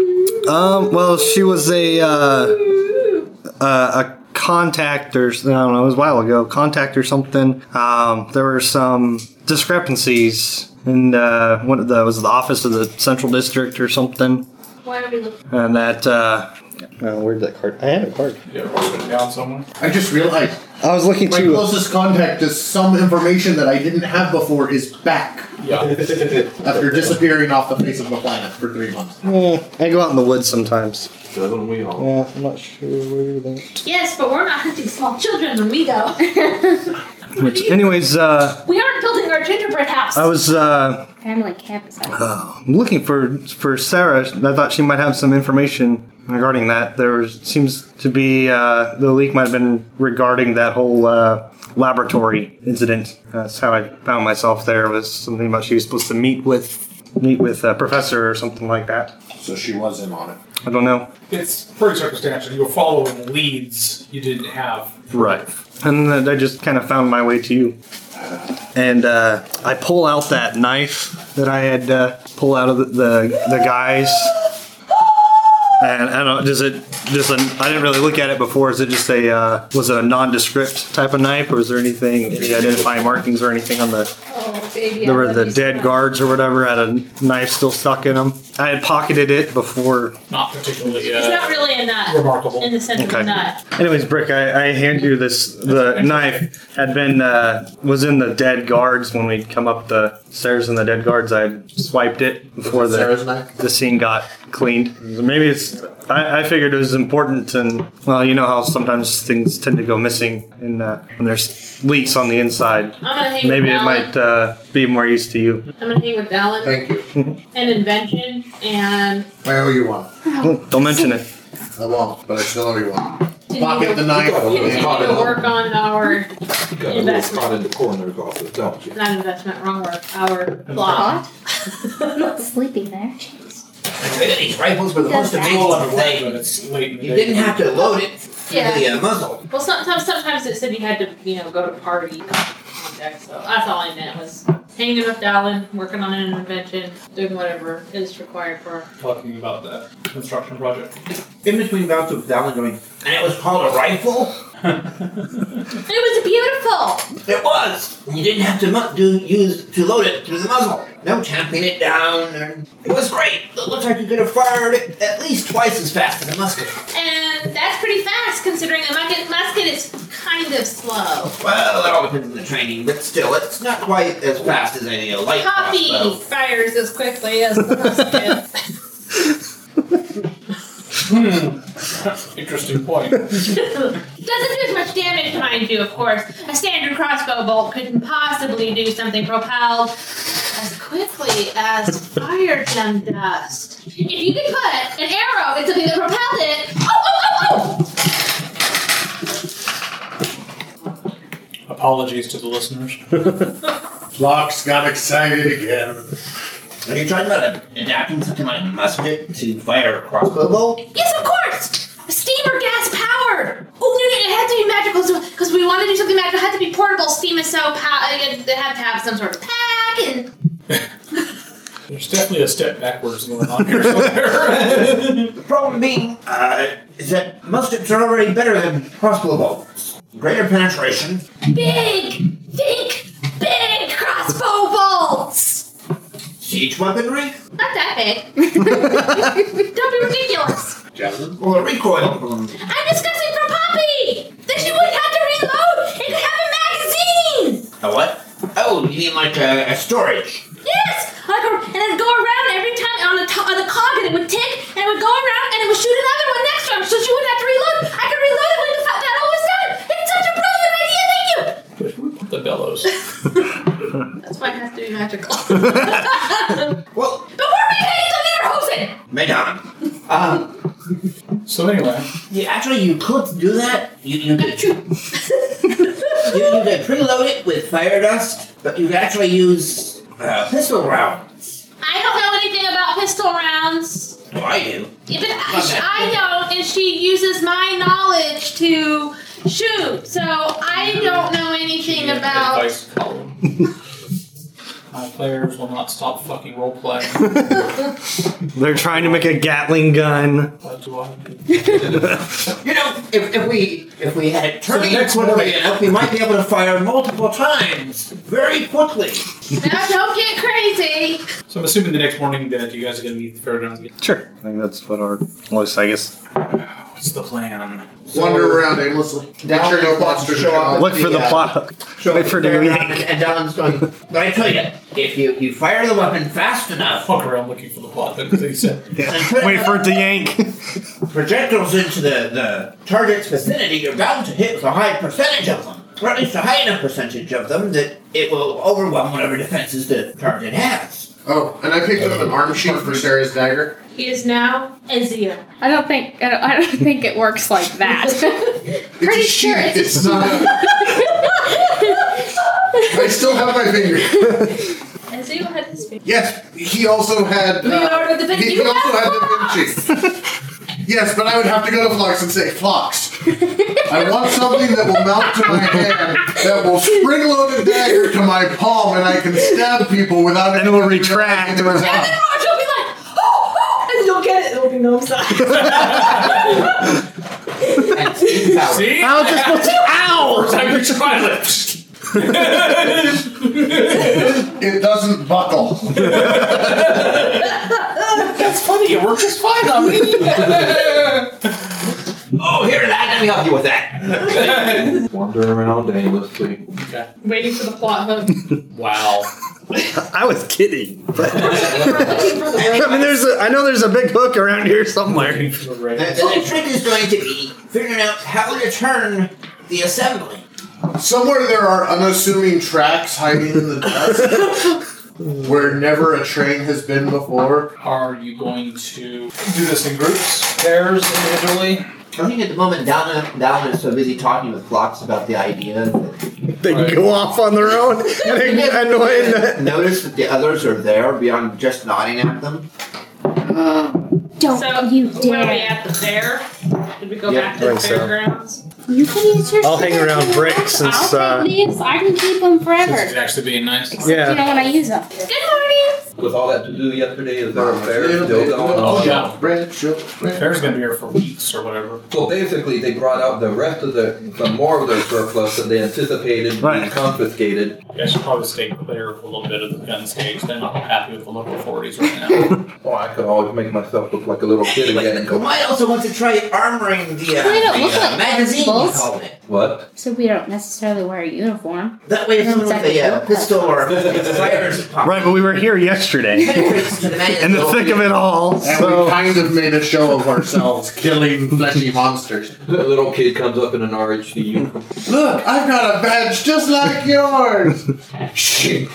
S4: Um, well, she was a uh, uh, a contact or I don't know, it was a while ago, contact or something. Um, there were some discrepancies in uh, one of the was it the office of the central district or something,
S8: Why are we looking?
S4: and that uh, uh, where'd that card? I had a card.
S3: Yeah, wrote it down somewhere.
S5: I just realized
S4: I was looking
S5: my
S4: to.
S5: closest contact to some information that I didn't have before is back
S3: Yeah.
S5: after disappearing off the face of the planet for three months.
S4: Eh, I go out in the woods sometimes. Uh,
S11: Doesn't we all?
S4: Yeah, I'm not sure where we went.
S8: Yes, but we're not hunting small children when we go.
S4: Which, anyways, uh,
S8: We aren't building our gingerbread house.
S4: I was uh,
S9: Family campsite.
S4: uh, looking for for Sarah. I thought she might have some information regarding that. There was, seems to be uh, the leak might have been regarding that whole uh, laboratory incident. That's how I found myself there. Was something about she was supposed to meet with meet with a professor or something like that.
S7: So she was in on it.
S4: I don't know.
S3: It's pretty circumstantial. You were following leads you didn't have.
S4: Right. And then I just kind of found my way to you. And uh, I pull out that knife that I had uh, pull out of the the, the guys. And I don't know, does it just an, I didn't really look at it before. Is it just a uh, was it a nondescript type of knife, or is there anything any identifying markings or anything on the
S8: Oh, baby. I
S4: there were
S8: love
S4: the
S8: you.
S4: dead guards or whatever had a knife still stuck in them? I had pocketed it before
S3: Not particularly. Uh,
S8: It's not really a nut.
S3: Remarkable.
S8: In the sense of
S4: Okay.
S8: a nut.
S4: Anyways, Brick, I, I hand you this. The knife had been uh, was in the dead guards when we'd come up the stairs in the dead guards. I swiped it before
S7: Was it Sarah's
S4: the
S7: knife?
S4: the scene got cleaned. Maybe it's. I, I figured it was important, and well, you know how sometimes things tend to go missing, and uh, when there's leaks on the inside,
S8: I'm gonna hang
S4: maybe
S8: with
S4: it
S8: Alan.
S4: might uh, be more use to you.
S8: I'm gonna hang with Alan.
S7: Thank you.
S8: An invention and.
S7: I owe you one.
S4: Don't mention it.
S7: I won't, but I still owe you one.
S8: continue-
S7: Pocket the knife.
S8: Continue to work on our
S11: You got a little
S8: investment.
S11: spot in the coroner's office, don't you?
S8: Not investment, wrong word. Our plot.
S9: I'm not sleeping there. Jeez.
S6: These rifles were the
S9: Does
S6: most
S9: that-
S6: amazing
S9: Roll on
S6: thing. You didn't have to load it to the
S8: Yeah.
S6: uh, muzzle.
S8: Well, sometimes sometimes it said you had to you know go to party context. So that's all I meant was hanging with Alan, working on an invention, doing whatever is required for.
S3: talking about that construction project.
S6: In between bouts of Dallin going, and it was called a rifle?
S8: It was beautiful.
S6: It was! You didn't have to mu- do, use to load it through the muzzle. No tamping it down. Or, it was great. It looked like you could have fired it at least twice as fast as a musket.
S8: And that's pretty fast considering the musket, musket is kind of slow.
S6: Well, that all depends on the training, but still, it's not quite as fast as any uh, light
S8: Coffee
S6: crossbow.
S8: fires as quickly as the musket.
S3: Interesting point.
S8: Doesn't do as much damage, mind you, of course. A standard crossbow bolt couldn't possibly do something propelled as quickly as firegem dust. If you could put an arrow in something that propelled it, oh, oh, oh, oh!
S3: Apologies to the listeners.
S7: Locks got excited again.
S6: Are you talking about adapting to my musket to fire a crossbow bolt?
S8: oh! Yes, of course! Steam or gas powered! Oh, no, no, it had to be magical because we want to do something magical. It had to be portable. Steam is so pow- It had to have some sort of pack and.
S3: There's definitely a step backwards going on here somewhere.
S6: The problem being uh, is that muskets are already better than crossbow bolts. Greater penetration.
S8: Big! Think! Big crossbow bolts!
S6: Siege weaponry?
S8: Not that big. Don't be ridiculous.
S6: Javelin? Well, a recoil.
S8: I'm discussing for Poppy that she wouldn't have to reload. It could have a magazine.
S6: A what? Oh, you mean like a, a storage?
S8: Yes, like a, and it'd go around every time on the to- on the cog, and it would tick, and it would go around, and it would shoot another one next round, so she wouldn't have to reload. I could reload it when the fa- battle was done. It's such a brilliant idea. Thank you.
S3: the bellows.
S8: That's why it has to be magical.
S6: Well,
S8: but where are we heading to Lederhosen?
S6: Madame. Uh,
S3: So anyway,
S6: yeah, actually, you could do that. You, you could you, you could preload it with fire dust, but you could actually use uh, pistol rounds.
S8: I don't know anything about pistol rounds.
S6: Well, I do.
S8: Yeah, but I, I don't, and she uses my knowledge to shoot. So I don't know anything about.
S3: advice column. My players will not stop fucking role playing.
S4: They're trying to make a Gatling gun.
S3: What do I do?
S6: You know, if, if we if we had it turning
S3: next one
S6: quickly
S3: will be-
S6: enough, we might be able to fire multiple times very quickly.
S8: Now don't get crazy.
S3: So I'm assuming the next morning that you guys are going to meet the Faradon again.
S4: Sure. I think that's what our was. I guess
S3: What's the plan?
S5: Wander around aimlessly. Make sure no monsters show up.
S4: look for the
S6: Yeah.
S4: plot. hook.
S6: So
S4: Wait for the
S6: they're
S4: yank.
S6: around and, and Don's going. But I tell you, if you, you fire the weapon fast enough
S3: Fuck around looking for the plot because he said
S6: and put
S4: Wait for it to yank.
S6: projectiles into the, the target's vicinity, you're bound to hit with a high percentage of them. or at least a high enough percentage of them, that it will overwhelm whatever defenses the target has.
S5: Oh, and I picked up an arm sheet for Sarah's dagger.
S8: He is now Ezio.
S12: I don't think I don't, I don't think it works like that. Pretty sure it's,
S5: It's not. I still have my finger.
S8: Ezio had his finger.
S5: Yes, he also had. Uh,
S8: Leonardo da Vinci.
S5: He, he
S8: You
S5: also
S8: have
S5: had Da Vinci. yes, but I would have to go to Flox and say, Flox, I want something that will mount to my hand, that will spring load a dagger to my palm, and I can stab people without and it will retract.
S8: And then Roger will be like, oh, oh, and you'll get it. It'll be no size.
S3: See?
S8: How is this supposed to- Ow!
S3: First time you try it.
S5: it doesn't buckle.
S3: That's funny. It worked just fine on me.
S6: Oh, here, lad, let me help you with that.
S11: Wander around aimlessly.
S8: Waiting for the plot hook.
S3: Wow.
S4: I was kidding. But
S8: looking for the
S4: I mean, there's a, I know there's a big hook around here somewhere.
S6: The, the trick is going to be figuring out how to turn the assembly.
S5: Somewhere there are unassuming tracks hiding in the dust where never a train has been before.
S3: Are you going to do this in groups, pairs, individually?
S6: I think at the moment Donna, Donna is so busy talking with Flox about the idea that
S4: They go off on their own and annoying the
S6: notice that the others are there beyond just nodding at them.
S9: Don't you
S8: Where are we
S9: dare.
S8: at the fair? Did we go
S6: Yeah,
S8: back to the
S4: I think so.
S8: fairgrounds?
S9: You can use your
S4: I'll hang
S9: stickers
S4: around
S9: if you
S4: Brick
S9: want.
S4: since,
S9: I'll
S4: uh,
S9: take these. I can keep them
S3: Since it's
S9: forever.
S3: actually being nice.
S9: You know
S4: Yeah.
S9: when I use them.
S8: Good morning.
S11: With all that to do yesterday, is there a fair
S5: Little
S11: still
S5: bit
S11: going
S5: of
S11: on?
S3: yeah.
S5: Bread, sugar, bread.
S3: Fair's gonna be here for weeks or whatever.
S11: Well, basically, they brought out the rest of the, some more of their surplus that they anticipated being
S4: Right.
S11: confiscated.
S3: You guys should probably stay clear of a little bit of the gun stage. They're not happy with the local authorities right now.
S11: Oh, I could always make myself look like a little kid again and go,
S6: might also want to try armoring the, uh,
S9: Well, they don't
S6: the,
S9: look
S6: uh,
S9: like
S6: magazine. You
S9: cannibals.
S6: call it.
S11: what?
S9: So we don't necessarily wear a uniform.
S6: That way, if
S9: They don't
S6: someone with
S9: exactly
S6: a
S9: look
S6: uh,
S9: like
S6: pistol or a fires pop
S4: Right, but we were here yesterday
S6: penetrates to the magazine.
S4: in the thick of it all.
S5: And we
S13: E.
S4: So
S5: kind of made a show of ourselves killing fleshy monsters.
S11: The little kid comes up in an RHD uniform.
S5: Look, I've got a badge just like yours. Shit.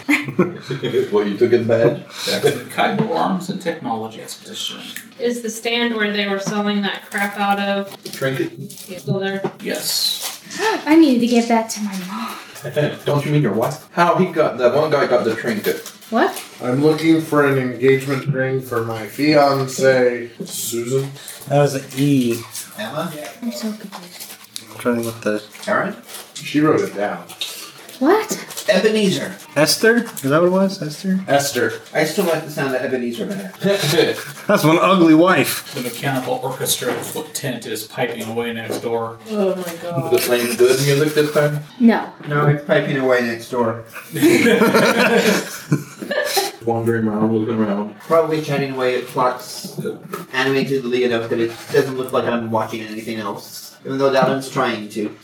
S11: well, you took his badge?
S3: Back to the Kaibo Arms and Technology Expedition.
S8: Is the stand where they were selling that crap out of
S11: Trinket?
S8: you still there?
S3: Yes.
S9: I needed to give that to my mom.
S11: Don't you mean your wife? How he got that one guy got the trinket.
S9: What?
S5: I'm looking for an engagement ring for my fiance, Susan.
S13: That was an E.
S6: Emma?
S9: I'm so confused.
S4: I'm trying with the
S6: Aaron?
S5: She wrote it down.
S9: What?
S6: Ebenezer.
S4: Esther. Is that what it was? Esther.
S5: Esther.
S6: I still like the sound of Ebenezer better.
S4: That's one ugly wife.
S3: The mechanical orchestra of foot tent is piping away next door.
S8: Oh my
S11: Was it
S8: god.
S11: playing good music this time?
S9: No.
S6: No, it's piping away next door.
S11: Wandering around, looking around.
S6: Probably chatting away at Flock's animatedly enough that it doesn't look like I'm watching anything else. Even though Dalvin's trying to.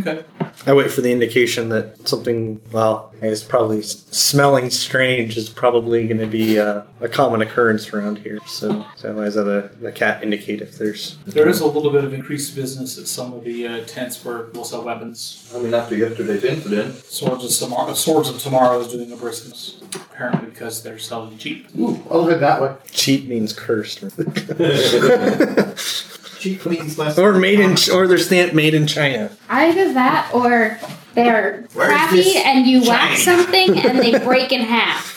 S3: Okay.
S13: I wait for the indication that something, well, I guess probably s- smelling strange is probably going to be uh, a common occurrence around here. So, so otherwise, that'll the cat indicate if there's.
S3: There is a little bit of increased business at some of the uh, tents where we'll sell weapons.
S11: I mean, after yesterday's incident,
S3: Swords of Tomorrow, Swords of Tomorrow is doing a business apparently because they're selling cheap.
S5: Ooh, I'll head that way.
S13: Cheat means cursed.
S6: Cheap means less.
S13: or made in, Ch- or they're stamped made in China.
S12: Either that or they're
S6: Where is
S12: crappy
S6: this
S12: and you whack
S6: China?
S12: something and they break in half.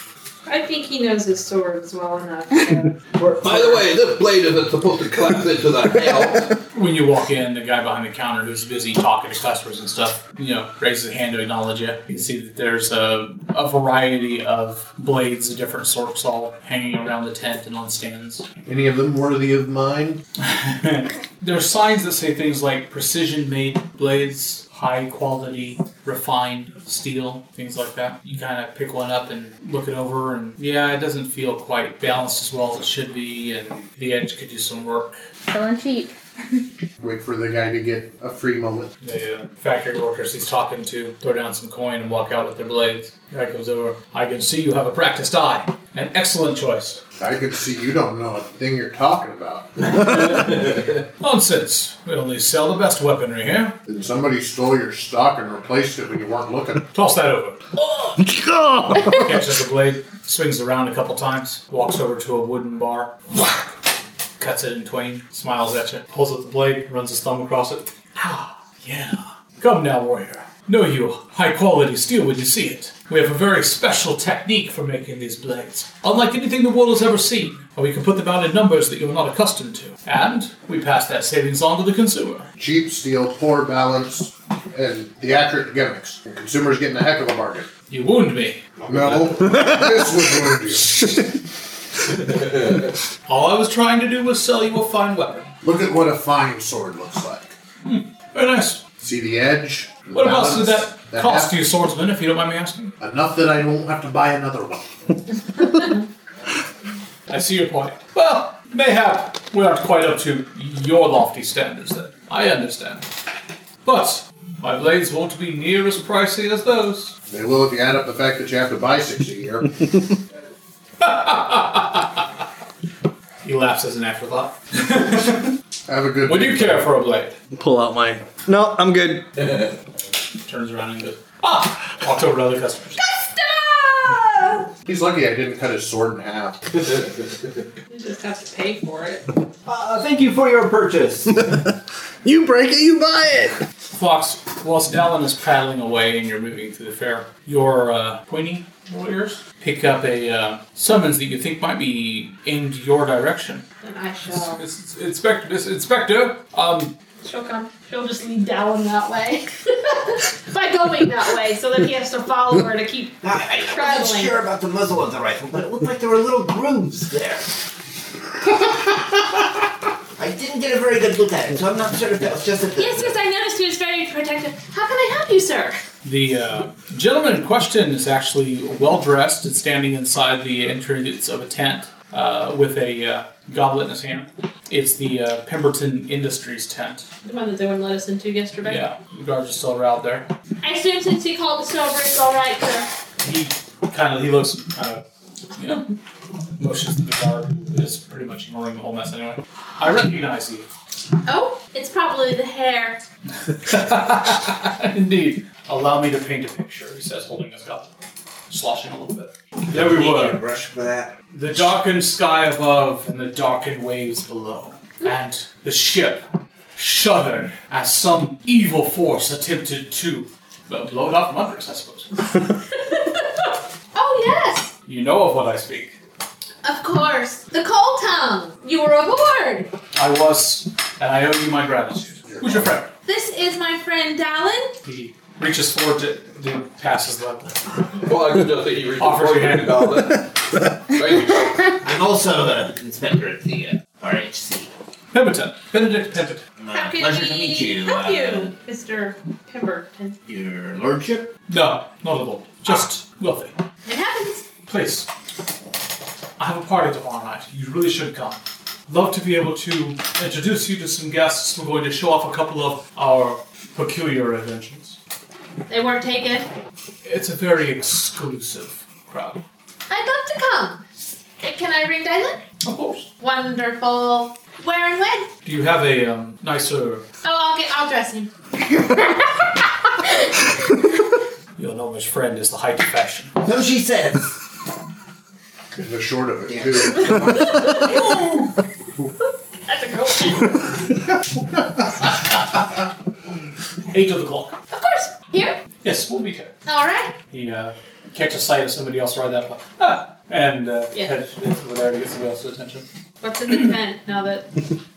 S8: I think he knows his swords well enough. So.
S11: By the way, this blade isn't supposed to collapse into the nail.
S3: When you walk in, the guy behind the counter who's busy talking to customers and stuff, you know, raises a hand to acknowledge you. You can see that there's a, a variety of blades of different sorts all hanging around the tent and on stands.
S5: Any of them worthy of mine?
S3: There are signs that say things like precision made blades, high quality, refined steel, things like that. You kind of pick one up and look it over, and yeah, it doesn't feel quite balanced as well as it should be, and the edge could do some work.
S9: Feeling cheap.
S5: Wait for the guy to get a free moment.
S3: The uh, factory workers he's talking to throw down some coin and walk out with their blades. Guy comes over, I can see you have a practiced eye. An excellent choice.
S5: I can see you don't know a thing you're talking about.
S3: Nonsense. We only sell the best weaponry here.
S5: Then somebody stole your stock and replaced it when you weren't looking.
S3: Toss that over. Catches the blade, swings around a couple times, walks over to a wooden bar, cuts it in twain, smiles at you, pulls up the blade, runs his thumb across it. Ah, yeah. Come now, warrior. Know you high quality steel when you see it. We have a very special technique for making these blades, unlike anything the world has ever seen, and we can put them out in numbers that you are not accustomed to. And we pass that savings on to the consumer.
S5: Cheap steel, poor balance, and the accurate gimmicks. The consumer's getting a heck of a bargain.
S3: You wound me.
S5: No, this would wound you.
S3: All I was trying to do was sell you a fine weapon.
S5: Look at what a fine sword looks like.
S3: Very nice.
S5: See the edge? The
S3: What about so
S5: balance,
S3: that cost
S5: heft?
S3: you, swordsman, if you don't mind me asking?
S5: Enough that I won't have to buy another one.
S3: I see your point. Well, mayhap we aren't quite up to your lofty standards then. I understand. But my blades won't be near as pricey as those.
S5: They will if you add up the fact that you have to buy six a year.
S3: He laughs as an afterthought.
S5: Have a good
S3: Would you care for a blade?
S13: Pull out my. No, I'm good.
S3: Turns around and goes, ah! Walks over to other customers.
S5: He's lucky I didn't cut his sword in half.
S14: You just have to pay for it.
S6: Uh, thank you for your purchase.
S13: you break it, you buy it!
S3: Fox, whilst Dallin is paddling away and you're moving through the fair, your uh, pointy warriors pick up a uh, summons that you think might be aimed your direction.
S14: And I shall.
S3: It's- Inspector, it's Inspector, um,
S14: She'll come. She'll just lead Dallin that way. By going that way, so that he has to follow her to keep
S6: I wasn't
S14: traveling.
S6: sure about the muzzle of the rifle, but it looked like there were little grooves there. I didn't get a very good look at it, so I'm not sure if that was just a
S8: Yes, yes, I noticed he was very protective. How can I help you, sir?
S3: The uh, gentleman in question is actually well dressed and standing inside the entrance of a tent uh, with a uh, goblet in his hand. It's the uh, Pemberton Industries tent.
S14: The one that they wouldn't let us into yesterday.
S3: Yeah, the guards are still around there.
S8: I assume since he called us over, it's all right, sir.
S3: He kind of he looks kind of you know motions to the guard is pretty much ignoring the whole mess anyway. I recognize you.
S8: Oh, it's probably the hair.
S3: Indeed. Allow me to paint a picture, he says, holding his cup. Sloshing a little bit. There we were.
S6: brush for that.
S3: The darkened sky above and the darkened waves below. And the ship shuddered as some evil force attempted to well, blow it off from under us, I suppose.
S8: Oh, yes!
S3: You know of what I speak.
S8: Of course. The coal tongue. You were aboard.
S3: I was, and I owe you my gratitude. Who's your friend?
S8: This is my friend Dallin.
S3: He reaches forward to, to passes the
S11: Well, I could just say he reached
S3: offers
S11: for
S3: your
S11: you
S3: hand.
S6: I'm also the inspector at the uh, RHC.
S3: Pemberton. Benedict Pemberton.
S6: Uh, pleasure to meet you.
S14: Help
S6: uh,
S14: you, Mr. Pemberton.
S6: Your lordship?
S3: No, not at all. Just wealthy.
S8: It happens.
S3: Please, I have a party tomorrow night. You really should come. Love to be able to introduce you to some guests. We're going to show off a couple of our peculiar inventions.
S8: They weren't taken.
S3: It's a very exclusive crowd.
S8: I'd love to come. Uh, Can I ring Dylan?
S3: Of course.
S8: Wonderful. Where and when?
S3: Do you have a um, nicer?
S8: Oh, I'll get. I'll dress him.
S3: Your gnomish friend is the height of fashion.
S6: No, she says.
S5: They're short of it, too.
S14: That's a girl.
S3: Eight of the clock.
S8: Of course. Here.
S3: Yes, we'll be here.
S8: All right.
S3: He uh, catches sight of somebody else right that way. Ah, and uh,
S14: Yeah.
S3: heads over there to get somebody else's attention.
S14: What's in the tent now that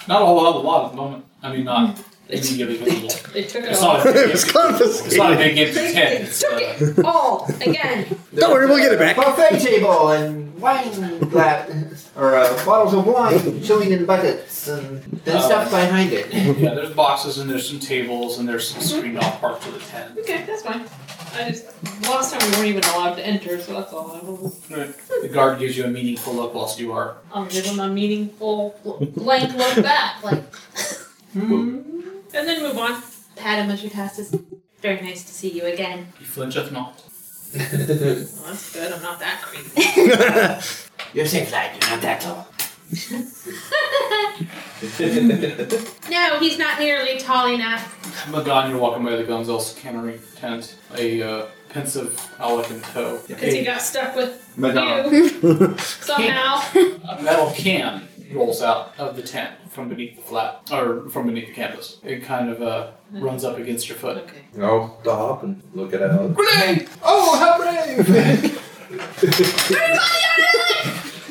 S3: Not a whole hell of a lot at the moment. I mean, not immediately visible.
S14: they took it
S3: It's
S14: all?
S3: not a big empty. It's not a big empty tent. It's,
S14: Took
S3: uh,
S14: it all again.
S13: Don't worry, we'll get it back.
S6: Buffet table and wine glass, or uh, bottles of wine chilling in buckets, and then
S13: Uh.
S3: Oh.
S6: stuff behind it.
S3: yeah, there's boxes and there's some tables and there's some screened off parts of the tent.
S14: Okay, that's fine. I just last time we weren't even allowed to enter, so that's all. I will.
S3: The guard gives you a meaningful look whilst you are.
S14: I'll give him a Oh, meaningful bl- blank look back, like, hmm, and then move on.
S8: Pat him as you pass us. Very nice to see you again.
S3: He flincheth not.
S14: Well, Oh, that's good. I'm not that creepy.
S6: You're safe, lad. You're not that tall.
S8: No, he's not nearly tall enough.
S3: Magan, you're walking by the Gonzales cannery tent, a uh, pensive alec in tow.
S14: Because he got stuck with
S3: Madonna.
S14: you somehow.
S3: A metal can rolls out of the tent from beneath the flap, or from beneath the canvas. It kind of uh, runs up against your foot. Okay.
S11: I'll stop and look it out.
S5: Oh, how brave!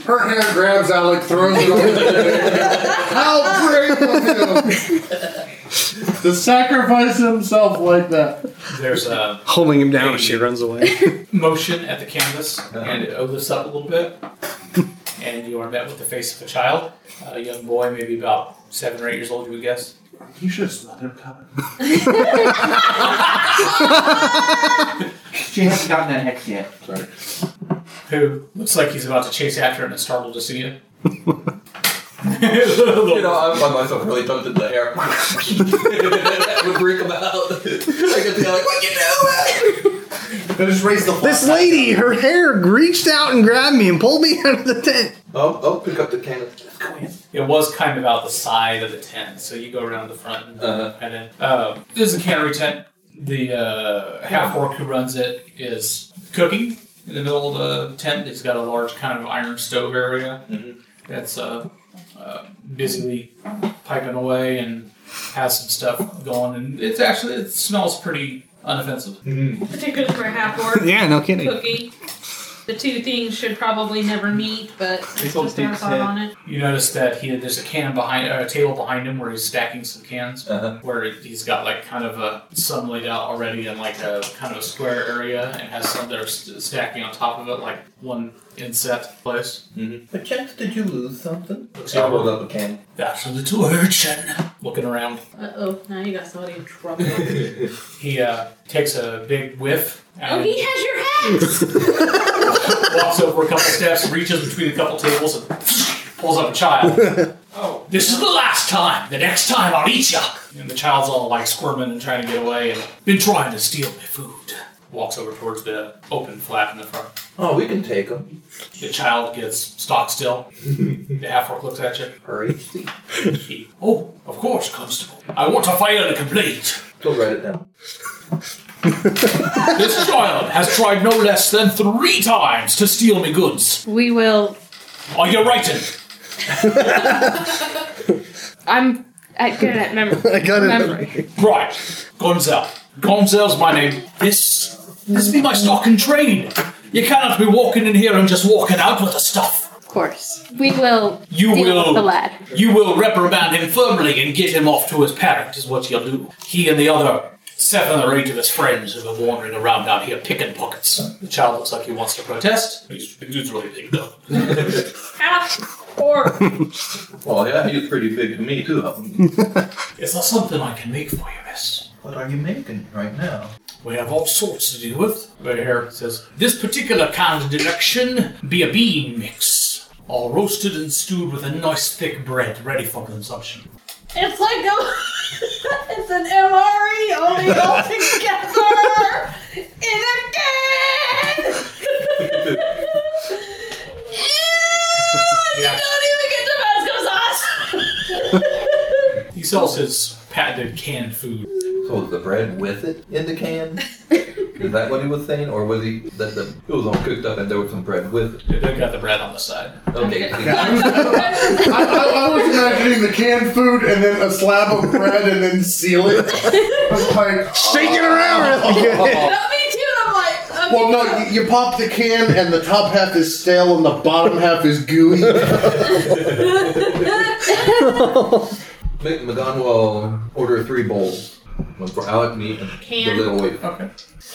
S5: Her hand grabs Alec, throws it over the table. How brave of him! to sacrifice himself like that.
S3: There's a
S4: Holding him down as she runs away.
S3: motion at the canvas, and it lifts up a little bit, and you are met with the face of a child, uh, a young boy, maybe about seven or eight years old, you would guess.
S7: You should have let him come.
S6: She hasn't gotten that hex yet. Sorry.
S3: Who looks like he's about to chase after him and is startled to see you.
S11: you know, I find myself really tempted to air. that would freak him out. I get to be like, what you doing?
S5: just raise the
S4: This lady, her hair reached out and grabbed me and pulled me out of the tent.
S11: I'll, I'll pick up the can.
S3: It was kind of out the side of the tent, so you go around the front and, and then uh, this is a cannery tent. The uh, half orc who runs it is cooking in the middle of the tent. He's got a large kind of iron stove area that's uh, uh, busily piping away and has some stuff going. And it's actually it smells pretty unoffensive.
S14: Particularly for half orc.
S4: Yeah, no kidding.
S14: Cookie. The two things should probably never meet, but it's
S3: Little
S14: just our
S3: dick's
S14: thought
S3: head.
S14: on it.
S3: You notice that he there's a can behind uh, a table behind him where he's stacking some cans,
S11: Uh-huh.
S3: where he's got like kind of a some laid out already in like a kind of a square area and has some that are st- stacking on top of it like one inset place. Mm-hmm.
S6: But Chance, did you lose something?
S11: I rolled up a can.
S3: That's a little urchin. Looking around,
S14: Uh oh, now you got somebody in trouble.
S3: he uh, takes a big whiff.
S14: oh,
S3: And
S14: he has your hex!
S3: walks over a couple steps, reaches between a couple tables, and pulls up a child. oh, this is the last time. The next time I'll eat ya. And the child's all like squirming and trying to get away, and been trying to steal my food. Walks over towards the open flap in the front.
S11: Oh, we can take him.
S3: The child gets stock still. the half orc looks at you.
S11: Hurry.
S3: He, oh, of course, constable. I want to file a complaint.
S11: Go write it down.
S3: This child has tried no less than three times to steal me goods.
S12: We will.
S3: Are you writing?
S12: I'm I- good at memory.
S4: I got it.
S3: Right, Gonzel. Gonzel's my name. This, this be my stock and trade. You cannot be walking in here and just walking out with the stuff.
S12: Of course. We will.
S3: You
S12: deal
S3: will.
S12: With the lad.
S3: You will reprimand him firmly and get him off to his parent, is what you'll do. He and the other seven or eight of his friends who are wandering around out here picking pockets. The child looks like he wants to protest. He's, he's really big, though.
S14: Half orc.
S11: Well, yeah, he's pretty big to me, too.
S3: Is there something I can make for you, miss?
S6: What are you making right now?
S3: We have all sorts to deal with. Right here it says, This particular kind of direction be a bean mix. All roasted and stewed with a nice thick bread, ready for consumption.
S14: It's like a. it's an MRE only all together in a can! Ew,
S3: Yeah.
S14: You don't even get the Tabasco sauce!
S3: He sells his patented canned food.
S11: So is the bread with it in the can? is that what he was saying, or was he that the it was all cooked up and there was some bread with it?
S3: They got the bread on the side.
S11: Okay.
S5: I, I, I was imagining the canned food and then a slab of bread and then seal it. I was like,
S4: Shake it around.
S14: no, me too, I'm like. okay.
S5: Well, no, you, you pop the can and the top half is stale and the bottom half is gooey.
S11: Mc- McGon will order three bowls. One for Alec, me, and
S14: Can.
S11: the little waiter.
S3: Okay.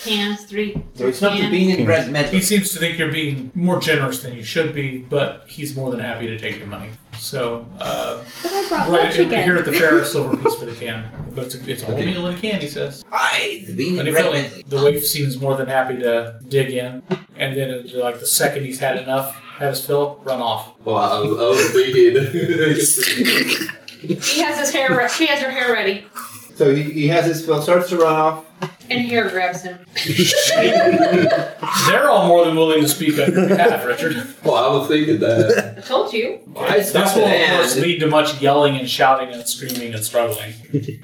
S14: Cans, three.
S6: So it's not the
S14: cans.
S6: bean and bread medley.
S3: He seems to think you're being more generous than you should be, but he's more than happy to take your money. So, uh,
S12: But I brought
S3: right
S12: lunch
S3: here at
S12: again.
S3: the fair, a silver piece for the can. But it's a, it's a whole meal in a can, he says.
S6: Aye, the
S3: And
S6: bean and
S3: he
S6: bread
S3: felt
S6: medley.
S3: like the waif seems more than happy to dig in, and then it's like the second he's had enough, had his fill, run off.
S11: Well, I was, I was thinking.
S14: He has his hair. Re- she has her hair ready.
S6: So he, he has his spell, starts to run off,
S8: And here grabs him.
S3: They're all more than willing to speak on your behalf, Richard.
S11: Well, I was thinking that.
S8: I told you.
S3: This will, of course, lead to much yelling and shouting and screaming and struggling.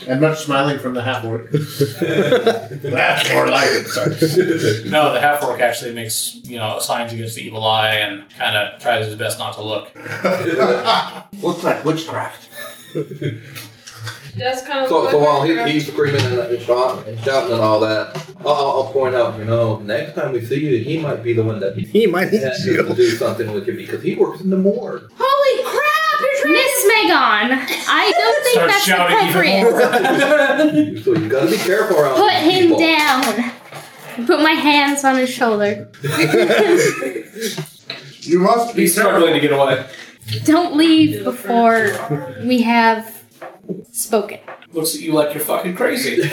S15: And much smiling from the half orc. That's more like it. Sorry.
S3: no, the half orc actually makes you know signs against the evil eye and kind of tries his best not to look.
S6: Looks like witchcraft.
S8: Does kind of
S11: So,
S8: look
S11: so while he,
S8: like-
S11: he's screaming and, and shouting and shouting and all that, I'll, I'll point out, you know, next time we see you, he might be the one that he might has to do something with you because he works in the morgue.
S16: Holy crap! You're trying
S12: Miss Megon, I don't think
S11: Start
S12: that's
S11: shouting
S12: appropriate.
S11: so you gotta be careful around
S12: Put
S11: these
S12: him
S11: people.
S12: down. Put my hands on his shoulder.
S5: You must
S3: be struggling to get away.
S12: Don't leave before we have spoken.
S3: Looks at you like you're fucking crazy.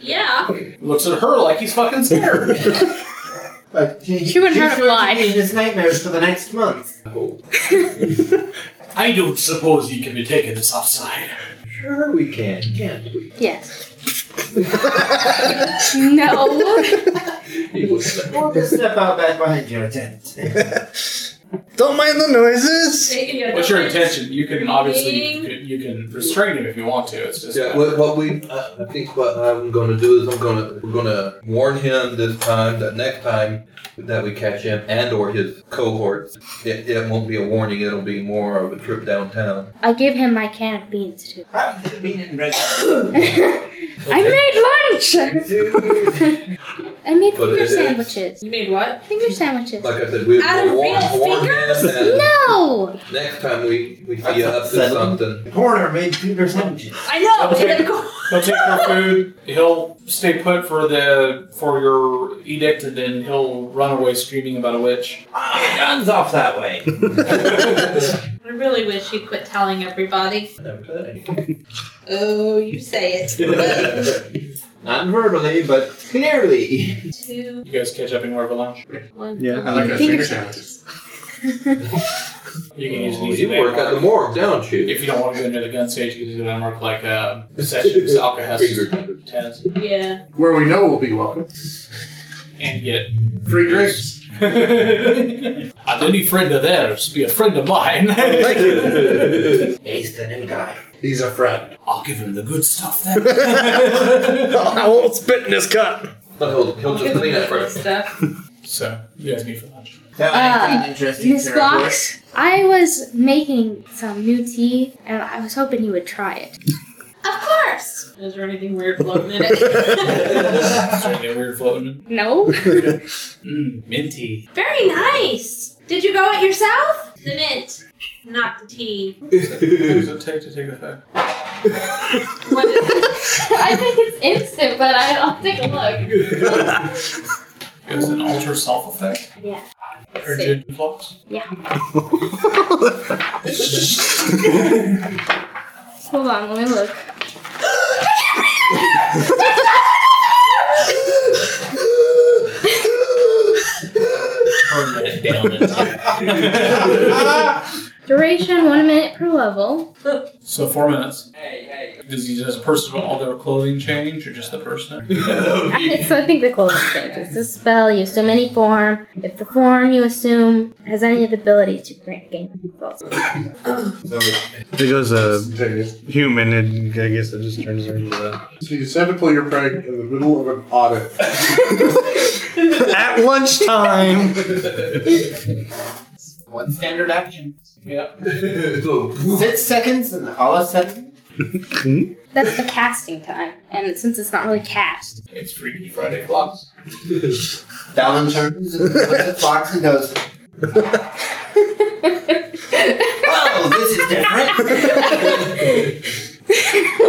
S8: Yeah.
S3: Looks at her like he's fucking scared.
S6: She
S12: wouldn't hurt a
S6: fly. his nightmares for the next month.
S3: I don't suppose you can be taking this offside.
S11: Sure we can. Can't we?
S12: Yes. no.
S6: We'll just step out back behind your tent.
S4: Don't mind the noises.
S3: What's your intention? You can obviously you can, you can restrain him if you want to. It's just
S11: Yeah, what, what we, uh, I think what I'm going to do is I'm going to, we're going to warn him this time that next time that we catch him and or his cohorts, it, it won't be a warning. It'll be more of a trip downtown.
S12: I give him my can of beans too. I made lunch. I made
S11: But
S12: finger
S11: it is-
S12: sandwiches.
S8: You made what?
S12: Finger sandwiches.
S11: Like I said, we
S12: Out
S11: will
S12: of
S11: warn,
S12: real
S11: warn him and
S12: No.
S11: next time we, we see you up to
S6: upsetting.
S11: something.
S6: Porter made finger sandwiches.
S8: I know.
S3: He'll
S8: and
S3: take,
S8: then go-
S3: he'll take your food. He'll stay put for the for your edict, and then he'll run away screaming about a witch.
S6: Guns Ah, off that way.
S8: I really wish you quit telling everybody. Oh, you say it.
S6: Not verbally, but clearly.
S8: Two,
S3: You guys catch up anywhere for lunch?
S8: one.
S6: Yeah,
S11: I like that
S12: Finger
S11: sandwiches.
S3: You can use an
S11: Oh,
S3: easy
S11: you
S3: day
S11: work at
S3: mark.
S11: the morgue, don't you?
S3: If you don't want to go near the gun stage, you can do an mark like uh, sessions, alcohol, tens,
S8: Yeah.
S5: Where we know we'll be welcome.
S3: and get.
S5: Free drinks.
S3: I'd any friend of theirs be a friend of
S11: Oh,
S3: mine.
S5: Thank you.
S6: He's the new guy.
S5: He's a friend.
S3: I'll give him the good stuff then.
S4: I won't spit in this cup.
S11: But he'll, he'll just clean it first.
S8: Stuff.
S3: So, you guys meet for lunch.
S12: Uh, Miss Fox, I was making some new tea, and I was hoping you would try it.
S8: Of course. Is there anything weird floating in it?
S3: Is there anything weird floating?
S12: No.
S3: Mm, minty.
S8: Very nice. Did you go it yourself? The mint, not the tea.
S3: Does it take to take effect?
S16: I think it's instant, but I, I'll take a look.
S3: It was an alter self effect.
S12: Yeah.
S3: Or gin blocks.
S12: Yeah. Hold on, let me look.
S3: Turn that down into-
S12: Duration one minute per level.
S3: so four minutes. Does, he, does a person with all their clothing change, or just the person?
S12: so I think the closest changes. The spell you assume any form. If the form you assume has any of the ability to grant gain spells.
S4: It goes
S13: uh,
S4: a human, and I guess it just turns into
S5: So you said to pull your prank in the middle of an audit.
S4: at lunchtime.
S6: One standard action.
S3: Yep.
S6: Six seconds and all of a sudden.
S12: That's the casting time, and since it's not really cast,
S3: it's Freaky Friday blocks.
S6: Dallin turns and looks at Fox and goes, Oh, this is different.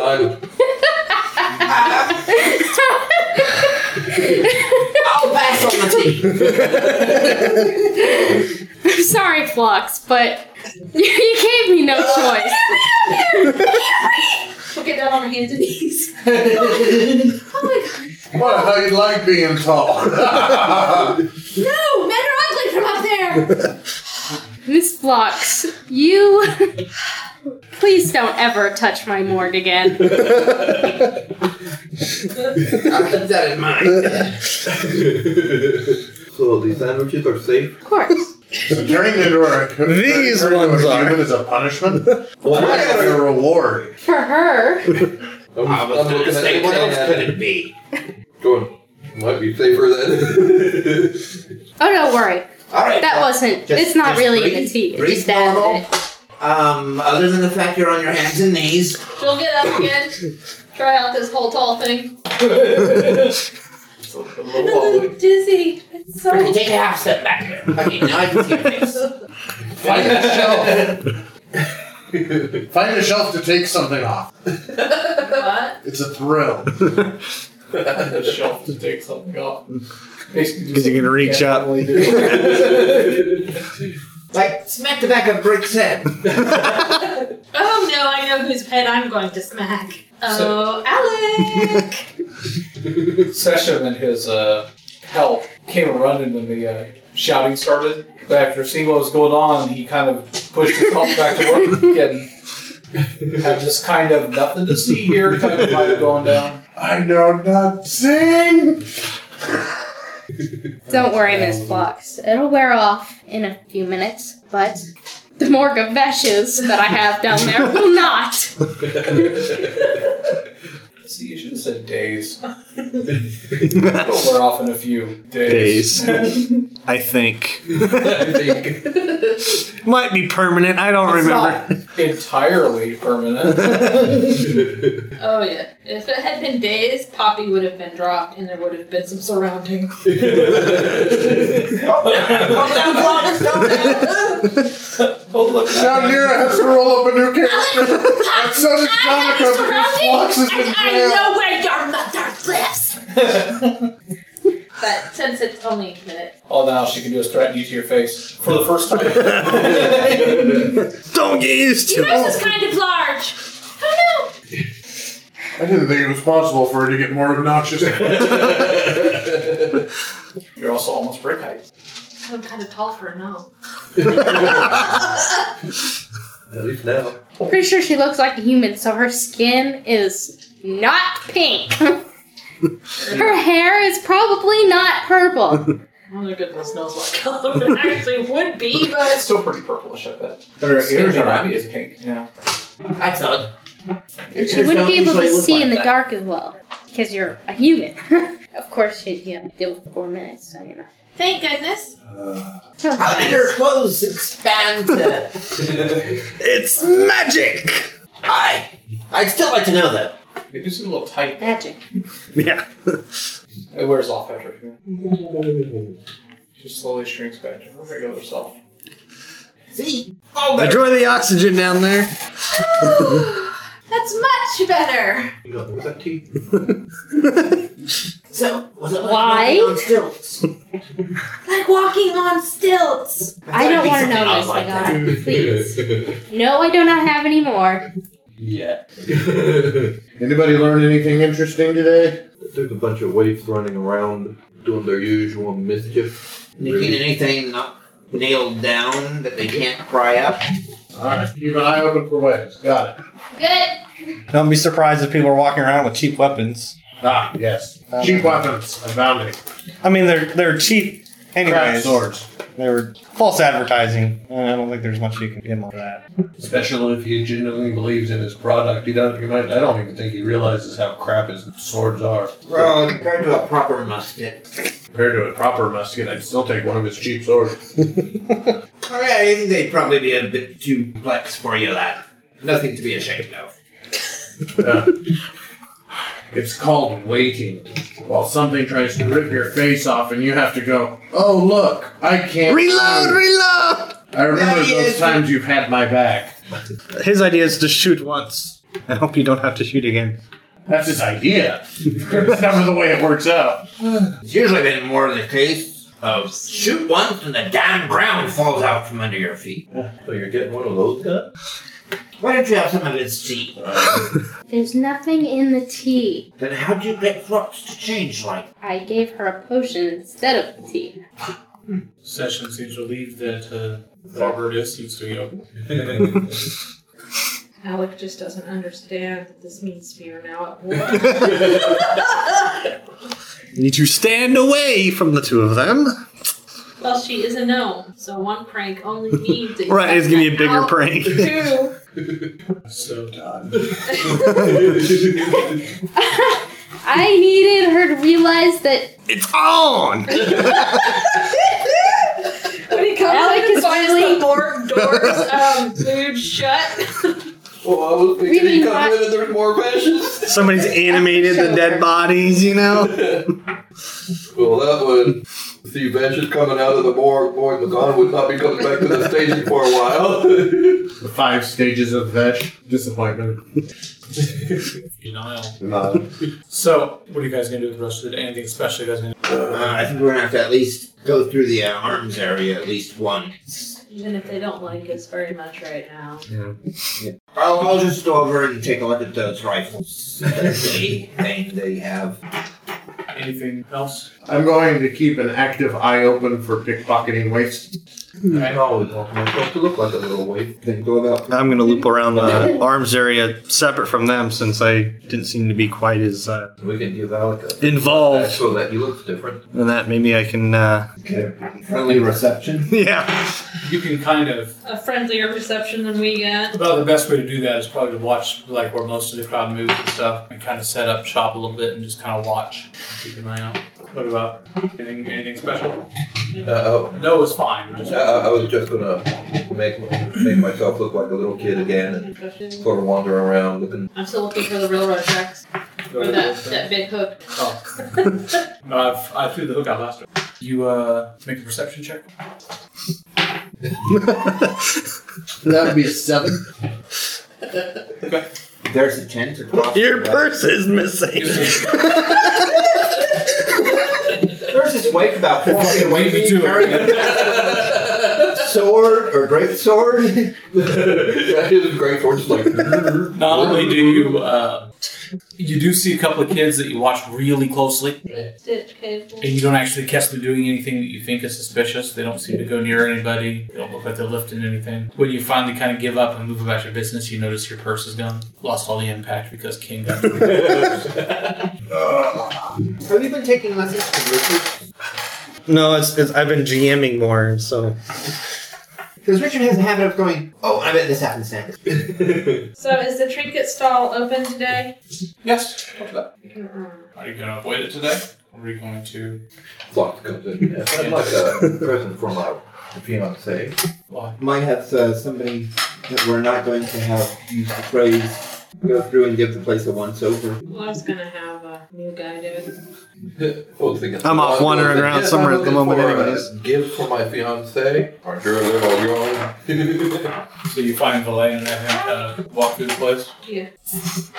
S6: I'll pass on the
S16: I'm sorry, Flux, but you gave me no choice.
S8: We'll get down on our hands and knees.
S5: What how you like being tall?
S8: No, men are ugly from up there.
S16: Miss Flux, you. Please don't ever touch my morgue again.
S11: I'll keep that in mind. so these sandwiches are safe.
S12: Of course.
S5: So turning into a these ones a human is a punishment. What is a reward?
S12: For her.
S11: I was
S7: gonna say, what else could it
S11: be? Good. Might be safer then.
S12: Oh, don't worry.
S6: All right,
S12: That
S6: well,
S12: wasn't.
S6: just-
S12: it's not
S6: just
S12: really in the
S6: breathe,
S12: tea. It's
S6: breathe
S12: just that.
S6: Um, other than the fact you're on your hands and knees.
S14: She'll get up again. Try out this whole tall thing.
S5: Oh,
S14: Dizzy. It's so.
S6: Okay, take a half step back here. Okay, now I can see your face.
S5: Find a shelf. Find a shelf to take something off.
S14: what?
S5: It's a thrill.
S3: the shelf to take something off.
S13: Because you can reach up.
S6: Like, smack the back of Brick's head.
S8: Oh no, I know whose head I'm going to smack. Oh, Alex!
S3: Session and his uh, help came running when the uh, shouting started. But after seeing what was going on, he kind of pushed his help back to work again. Had just kind of nothing to see here kind of vibe going down.
S5: I know nothing.
S12: Don't worry, Miss Flux. It'll wear off in a few minutes, but the morgue of ashes that I have down there will not.
S3: See, you should have said days. But we're off in a few days.
S4: Days. I think.
S3: It's
S4: Might be permanent. I don't remember.
S3: not entirely permanent.
S14: Oh yeah. If it had been days, Poppy would have been dropped, and there would have been some surrounding.
S5: Oh,
S3: Oh, look.
S5: Now Nira has to roll up a new character. and so does Monica because Flux has been
S14: I
S5: jailed.
S14: know where your mother lives. but since it's only a minute,
S3: All Oh, now she can do is threaten you to your face for the first time.
S4: Don't get used
S8: Your nose is kind of large! Oh
S5: I didn't think it was possible for her to get more obnoxious.
S3: You're also almost brick height.
S8: no! I'm kind of tall for a no.
S11: At least now.
S12: Pretty sure she looks like a human, so her skin is not pink. her hair is probably not purple.
S14: oh goodness knows what color it actually would be. But
S3: It's still pretty purplish, I bet.
S6: Her ears are
S3: around
S6: up.
S3: me is pink. Yeah.
S6: I saw it.
S12: She wouldn't be able to see in the dark as well, because you're a human. of course, she'd you know, deal with four minutes, so you know.
S8: Thank goodness.
S6: How did her clothes expand? to-
S4: it's magic.
S6: I, I'd still like to know that.
S3: They do seem a little tight.
S12: Magic.
S4: Yeah.
S3: It wears off after a few. She slowly shrinks back to her regular self.
S6: See?
S4: Enjoy the oxygen down there.
S8: That's much better!
S11: You got what's that tea?
S6: So, was it like
S12: Why?
S6: walking on stilts?
S8: Like walking on stilts!
S12: I don't want to know
S6: Something
S12: this,
S6: like
S12: Magana. Please. No, I do not have any more.
S11: yeah.
S5: Anybody learn anything interesting today?
S11: There's a bunch of waifs running around doing their usual mischief.
S6: Nicking anything not nailed down that they can't pry up?
S5: Alright, keep an eye open for waves. Got it.
S12: Good.
S13: Don't be surprised if people are walking around with cheap weapons.
S5: Ah, yes. Cheap weapons. Abounding.
S13: I mean, they're they're cheap.
S5: Craft
S13: Anyways,
S5: swords.
S13: they were false advertising. and I don't think there's much you can do on that.
S7: Especially if he genuinely believes in his product. He doesn't. He might, I don't even think he realizes how crap his swords are.
S6: Well, compared to a proper musket.
S7: Compared to a proper musket, I'd still take one of his cheap swords.
S6: All right, I think they'd probably be a bit too complex for you, lad. Nothing to be ashamed of.
S5: Yeah.
S7: It's called waiting.
S5: While something tries to rip your face off and you have to go, oh look, I can't.
S4: Reload,
S5: move."
S4: reload.
S5: I remember
S6: There he
S5: those
S6: is.
S5: times you've had my back.
S13: His idea is to shoot once. I hope you don't have to shoot again.
S5: That's his idea. it's never the way it works out.
S6: It's usually been more the case of shoot once and the damn ground falls out from under your feet.
S11: So you're getting one of those guns?
S6: Why don't you have some of his tea?
S12: There's nothing in the tea.
S6: Then how'd you get Flux to change like?
S12: I gave her a potion instead of the tea.
S3: Session seems relieved that uh, Robert is seems to be open.
S14: Alec just doesn't understand that this means we are now at war.
S4: You need to stand away from the two of them.
S14: well, she is a gnome, so one prank only means that
S4: Right, it's gonna be a bigger
S14: out
S4: prank.
S14: Two.
S7: So done.
S12: I needed her to realize that
S4: It's on!
S14: when he comes Alec
S12: Alec
S14: in and
S12: is
S14: finds
S12: really-
S14: the more doors um, glued shut.
S11: Well, I was thinking
S14: Really
S11: you come
S14: not-
S11: in and there's more matches.
S4: Somebody's animated the dead bodies, you know?
S11: Well, that would. The benches coming out of the morgue, boy, McGon would not be coming back to the station for a while.
S17: The five stages of Vesh disappointment.
S3: Denial.
S17: Denial.
S3: So, what are you guys gonna do with the rest of the day? Anything special you guys gonna do?
S6: Uh, I think we're gonna have to at least go through the uh, arms area at least once.
S8: Even if they don't like us very much right now.
S6: I'll, I'll just go over and take a look at those rifles. Anything they have.
S3: Anything else?
S17: I'm going to keep an active eye open for pickpocketing waste.
S11: I always want my stuff to look Oh, like a little waif thing going out.
S4: I'm going to loop around the arms area separate from them since I didn't seem to be quite as uh,
S11: We can give Alec a
S4: involved.
S11: so that he looks different.
S4: And that maybe I can. Uh,
S11: Friendly reception.
S4: yeah.
S3: You can kind of
S14: A friendlier reception than we get.
S3: Well, the best way to do that is probably to watch like where most of the crowd moves and stuff, and kind of set up shop a little bit and just kind of watch, keep an eye out. What about anything? Anything special?
S11: Uh, oh,
S3: No, it's fine.
S11: I,
S3: Just-
S11: Uh, I I was just gonna make make myself look like a little kid again and sort of wander around looking.
S14: I'm still looking for the railroad tracks. Or that, that big hook.
S3: Oh. no, I've, I threw the hook out last time. You uh, make a perception check.
S5: That'd be a seven.
S6: There's a tent across.
S4: Your
S6: the way.
S4: purse is missing.
S6: There's this waif about four feet
S3: Fucking
S6: away
S3: wave me
S6: from
S3: to
S6: you
S3: it.
S6: carrying a sword or great sword.
S11: yeah, his great sword just like.
S3: Not only do you uh, you do see a couple of kids that you watch really closely,
S14: Stitch cable.
S3: and you don't actually catch them doing anything that you think is suspicious. They don't seem to go near anybody. They don't look like they're lifting anything. When you finally kind of give up and move about your business, you notice your purse is gone. Lost all the impact because King got.
S6: Have you been taking lessons from Richard?
S13: No, it's, it's I've been GMing more, so
S6: Because Richard has a habit of going, "Oh, I bet this happens next."
S14: So is the trinket stall open today?
S3: yes. What's that? Are you going to avoid it today? Or are you going to?
S11: Flock comes in. Yeah, I'd like a present from my fiance.
S6: Might have uh, somebody that we're not going to have use the phrase "go through and give the place a once over."
S14: Well, I was gonna have a new guy do it.
S4: I'm off wandering around somewhere at the moment anyways.
S11: Give for my fiance. Aren't you a little young?
S3: So you find Valet and have him kind of walk through the place.
S14: Yeah.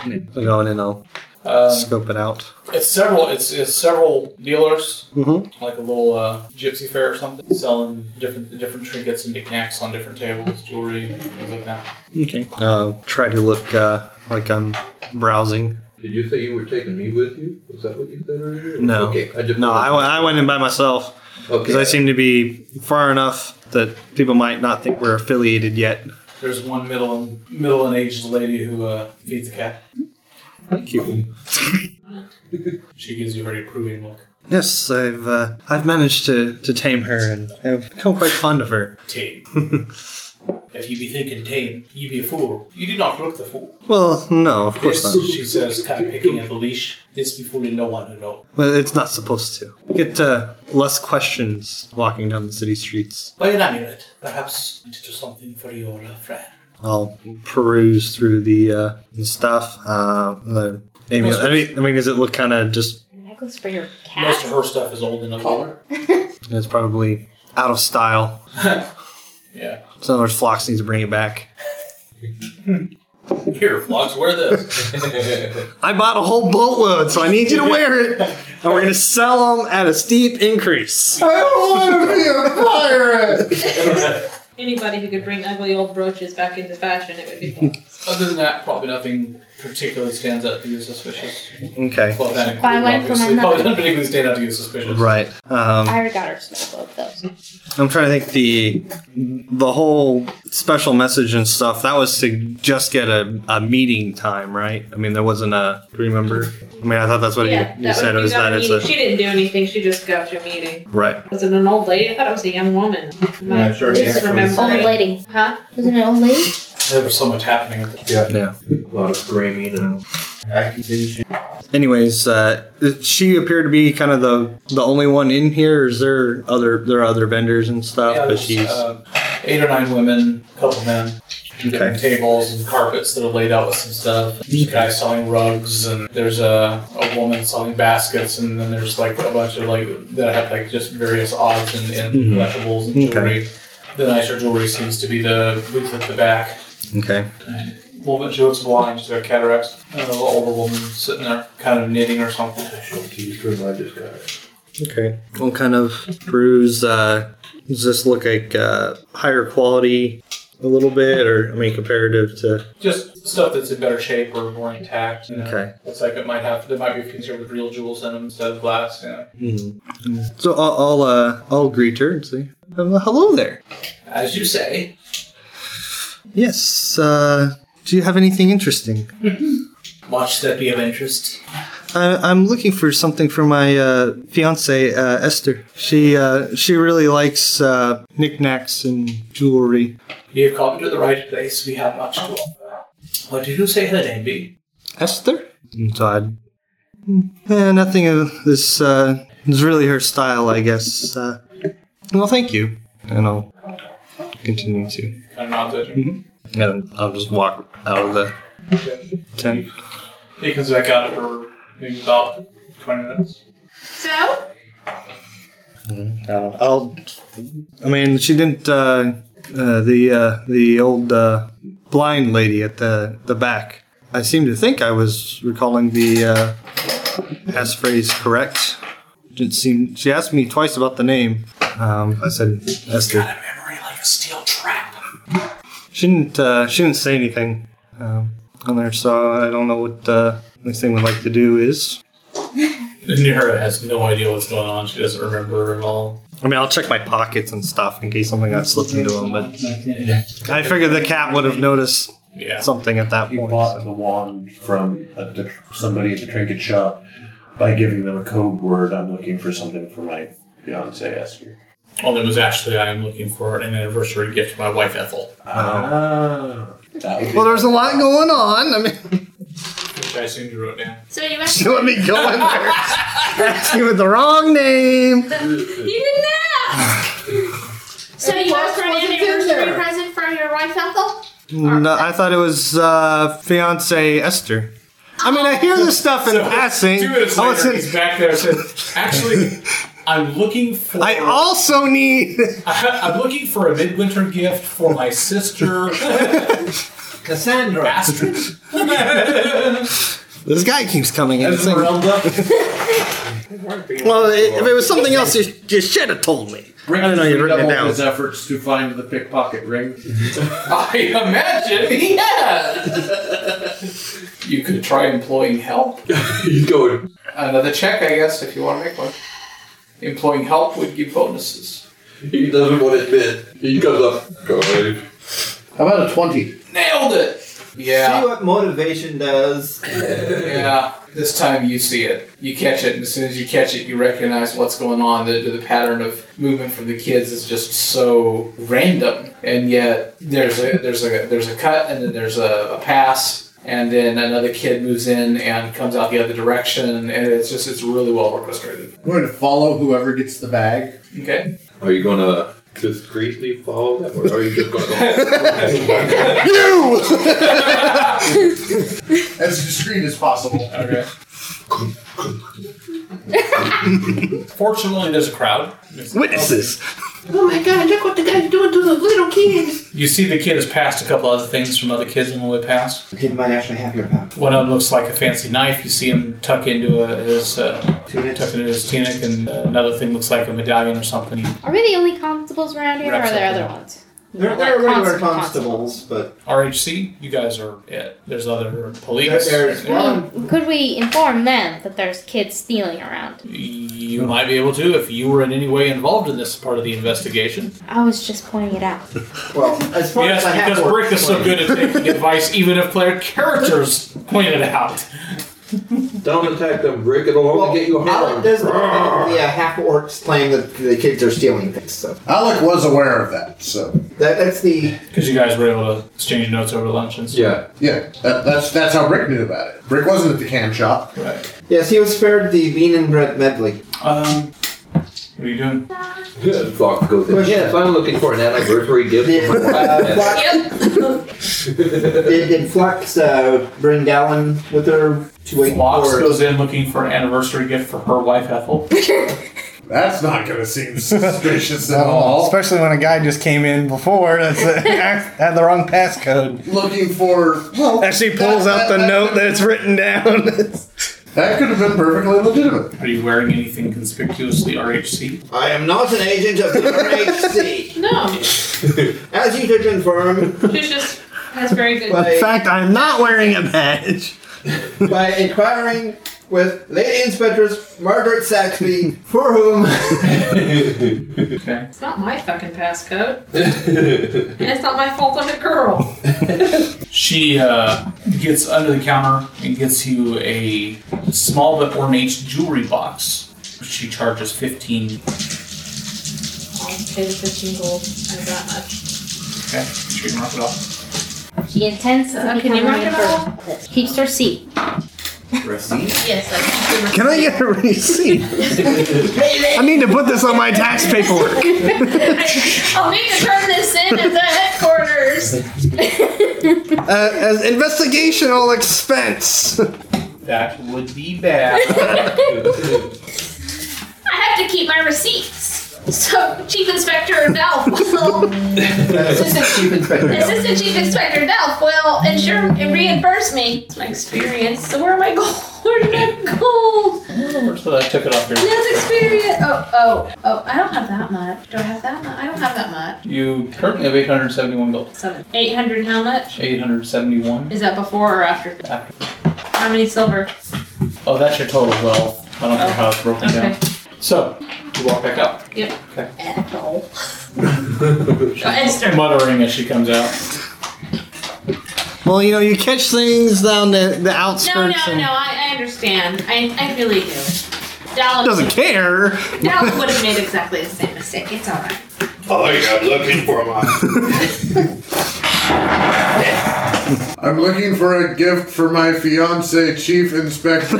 S4: I'm going and I'll
S3: Um,
S4: scope it out.
S3: it's several. It's, it's several dealers.
S4: Mm-hmm.
S3: like a little uh, gypsy fair or something, selling different different trinkets and knickknacks on different tables, jewelry, things like that.
S4: Okay. Uh, try to look uh, like I'm browsing.
S11: Did you say you were taking me with you? Was that what you said earlier?
S4: No.
S11: Okay. I just
S4: No, I, w- I went in by myself because
S11: Okay.
S4: I seem to be far enough that people might not think we're affiliated yet.
S3: There's one middle middle and aged lady who uh, feeds the cat.
S4: Cute.
S3: She gives you a very approving look.
S4: Yes, I've uh, I've managed to, to tame her and I've become quite fond of her.
S3: Tame. if you be thinking tame, you be a fool. You do not look the fool.
S4: Well, no, of course
S3: This,
S4: not.
S3: She says, kind of picking at the leash. This be fooling no one who know.
S4: Well, it's not supposed to. Get uh, less questions walking down the city streets.
S3: By an amulet, perhaps to do something for your uh, friend.
S4: I'll peruse through the uh, stuff. Uh, the amulet. I mean, I mean, does it look kind of just?
S12: necklace for your
S3: Most
S12: cat.
S3: of her stuff is old and ugly.
S4: It's probably out of style.
S3: Yeah.
S4: So in other words, Flox needs to bring it back.
S3: Here, Flox, wear this.
S4: I bought a whole boatload, so I need you to wear it, and we're gonna sell them at a steep increase.
S5: I don't want to be a pirate.
S14: Anybody who could bring ugly old brooches back into fashion, it would be fun.
S3: Other than that, probably nothing particularly stands out to you as suspicious.
S4: Okay.
S3: Well, that included,
S12: By one for
S3: obviously.
S12: my
S3: Well, it
S12: mother.
S3: doesn't particularly stand out to you as suspicious.
S4: Right. Um,
S12: I got her snow both those.
S4: I'm trying to think the the whole special message and stuff. That was to just get a, a meeting time, right? I mean, there wasn't a. do you Remember? I mean, I thought that's what
S14: yeah,
S4: you, you
S14: that
S4: said.
S14: would be
S4: Was
S14: got
S4: that
S14: a
S4: it's
S14: meeting. She
S4: a
S14: didn't do anything. She just got to a meeting.
S4: right?
S14: Was it an old lady? I thought it was a young woman. Am
S8: Uh,
S14: I
S4: Yeah, sure, yeah.
S14: misremembering?
S9: Old lady.
S14: Huh?
S9: Was it an old lady?
S3: There was so much happening. At the
S4: Yeah. yeah.
S11: A lot of screaming and accusation.
S4: Anyways, uh, she appeared to be kind of the the only one in here. Is there other there are other vendors and stuff?
S3: Yeah,
S4: but
S3: there's,
S4: she's
S3: uh, eight or nine women, a couple men.
S4: Okay.
S3: Tables and carpets that are laid out with some stuff. There's a guy selling rugs, and there's a, a woman selling baskets, and then there's like a bunch of like that have like just various odds and, and
S4: Mhm.
S3: collectibles and
S4: Okay.
S3: jewelry. The nicer jewelry seems to be the booth at the back.
S4: okay.
S3: Woman, she looks blind. She's got cataracts. A little older woman sitting there, kind of knitting or something.
S4: Okay. What kind of brews uh, does this look like? Uh, higher quality, a little bit, or I mean, comparative to
S3: Just stuff that's in better shape or more intact. You know.
S4: Okay.
S3: Looks like it might have, there might be a few here with real jewels in them instead of glass. You know.
S4: Mhm. So I'll I'll, uh, I'll greet her and say, um, "Hello there."
S3: As you say.
S4: Yes. Uh, do you have anything interesting?
S3: Much that be of interest.
S4: I, I'm looking for something for my uh, fiance uh, Esther. She uh, she really likes uh, knickknacks and jewelry.
S3: You've come to the right place. We have much to offer. What did you say her name be?
S4: Esther. And so I, eh, nothing of this uh, is really her style, I guess. Uh, well, thank you, and I'll continue to.
S3: Kind of nods at you.
S4: And I'll just walk out of the tent.
S3: He comes back out for maybe about 20 minutes.
S14: So?
S4: Uh, I'll. I mean, she didn't. Uh, uh, the uh, the old uh, blind lady at the the back. I seem to think I was recalling the uh, past phrase correct. Didn't seem. She asked me twice about the name. Um, I said Esther.
S3: memory like a steel trap.
S4: She didn't. Uh, she didn't say anything um, on there, so I don't know what the next thing we'd like to do is.
S3: Nira has no idea what's going on. She doesn't remember at all.
S4: I mean, I'll check my pockets and stuff in case something got slipped into them, but I figured the cat would have noticed something at that
S7: He
S4: point.
S7: bought the wand from a, the, somebody at the trinket shop by giving them a code word. I'm looking for something for my fiance Esther.
S3: All that was actually, I am looking for an anniversary gift to my wife Ethel.
S7: Ah.
S4: Well, there's a lot going on. I mean,
S3: Which I assume you wrote down.
S8: So you
S4: she let me go in there. Asking with the wrong name.
S8: You didn't ask. so
S12: And
S8: you
S12: what
S8: asked for an
S12: was it in
S8: anniversary
S12: there?
S8: present for your wife, Ethel?
S4: No, Mm, I thought it was uh, fiance Esther. I mean, I hear this stuff in passing.
S3: Two minutes
S4: I
S3: later,
S4: wasn't-
S3: he's back there. and Says, "Actually, I'm looking for. I
S4: also need.
S3: I'm looking for a midwinter gift for my sister,
S6: Cassandra.
S3: Astrid.
S4: This guy keeps coming in. It's like-
S7: Well,
S4: well, if it was something else, you, you should have told me.
S7: Rick
S4: I don't know, you've written it
S7: redoubled
S4: down.
S7: his efforts to find the pickpocket ring.
S3: I imagine he has. you could try employing help.
S11: You go.
S3: Another check, I guess, if you want to make one. Employing help would give bonuses.
S11: He doesn't want to admit. He goes up. Go ahead.
S17: How about a 20?
S3: Nailed it. Yeah.
S6: See what motivation does.
S3: Yeah, this time you see it. You catch it, and as soon as you catch it, you recognize what's going on. The, the pattern of movement from the kids is just so random, and yet there's a there's a there's a cut, and then there's a, a pass, and then another kid moves in and comes out the other direction, and it's just it's really well orchestrated.
S17: We're going to follow whoever gets the bag.
S3: Okay,
S11: Are you gonna discreetly follow them, or are you just gonna
S17: you! as discreet as possible.
S3: Okay. fortunately, there's a crowd.
S4: Witnesses.
S14: Oh my god, look what the guy's doing to those little kids.
S3: You see the kid has passed a couple other things from other kids on the way past.
S6: Did mine actually have your power?
S3: One of them looks like a fancy knife. You see him tuck into a, his uh, tuck into his tunic, and uh, another thing looks like a medallion or something.
S12: Are we the only constables around here, or are there other ones?
S6: They're, they're regular constables, but
S3: RHC, you guys are it. There's other police.
S6: There- there's
S3: Yeah.
S9: Could we inform them that there's kids stealing around?
S3: You might be able to if you were in any way involved in this part of the investigation.
S9: I was just pointing it out.
S6: well, as far
S3: yes,
S6: as I have
S3: because
S6: worked
S3: Brick is so good at taking advice, even if player characters point it out.
S11: Don't attack them, Rick. It'll only
S6: Well,
S11: get you
S6: Alec
S11: harmed.
S6: doesn't yeah, half orcs claim that the kids are stealing things. So
S5: Alec was aware of that, so
S6: that, that's the
S3: Because you guys were able to exchange notes over lunch and stuff.
S11: Yeah.
S5: yeah. That, that's that's how Rick knew about it. Rick wasn't at the cam shop.
S3: Right.
S6: Yes, he was spared the bean and bread medley.
S3: Um, what are you doing?
S11: Good fuck, go there.
S6: Question.
S11: Yes, I'm looking for an anniversary gift for my
S6: Uh,
S11: wife.
S6: Flock- did, did Flux uh, bring Dallin with her to wait
S3: Fox
S6: for?
S3: goes in looking for an anniversary gift for her wife, Ethel.
S5: That's not going to seem suspicious at
S13: Oh,
S5: all.
S13: especially when a guy just came in before that's had the wrong passcode.
S5: Looking for well,
S13: And she pulls out the note that's written down.
S5: that could have been perfectly legitimate.
S3: Are you wearing anything conspicuously RHC?
S6: I am not an agent of the RHC.
S8: No,
S6: As you could confirm
S8: she's just has very good.
S4: Well, in
S8: taste.
S4: fact, I'm not wearing a badge.
S6: by inquiring with Lady Inspectors Margaret Saxby, for whom
S3: Okay.
S8: It's not my fucking passcode, and it's not my fault I'm a girl.
S3: She uh, gets under the counter and gets you a small but ornate jewelry box. She charges 15.
S8: I'll pay the fifteen gold. I've got much.
S3: Okay, she can mark it off.
S9: She intends to
S8: Uh,
S14: Oh,
S9: become
S8: can you
S9: a
S8: mark it
S9: member. Keeps her seat.
S6: receipt.
S8: Yes, I
S4: Can I get a receipt? I need to put this on my tax paperwork.
S8: I'll need to turn this in at the headquarters.
S4: Uh, as investigational expense.
S3: That would be bad.
S8: I have to keep my receipts. So, Chief Inspector Delph will,
S6: Assistant Chief Inspector. Dallin.
S8: Assistant Chief Inspector Delph will ensure and reimburse me. It's my experience. So, where am I going? Where's my gold?
S3: so I took it off your.
S8: That's experience. Oh, oh, oh, I don't have that much. Do I have that much? I don't have that much.
S3: You currently have 871 gold.
S8: Seven. 800 how much?
S3: 871.
S8: Is that before or after?
S3: After.
S8: How many silver?
S3: Oh, that's your total wealth. I don't know how it's broken
S8: Oh, Okay.
S3: down. So, you walk back up.
S8: Yep.
S3: Okay.
S8: Ethel.
S3: She's muttering as she comes out.
S4: Well, you know, you catch things down the, the
S8: No, no,
S4: outskirts and
S8: no, I, I understand. I, I really do. Dallas
S4: doesn't care.
S8: Dallas would have made exactly the same mistake. It's alright.
S17: Oh, yeah, looking for my.
S5: I'm looking for a gift for my fiance, Chief Inspector.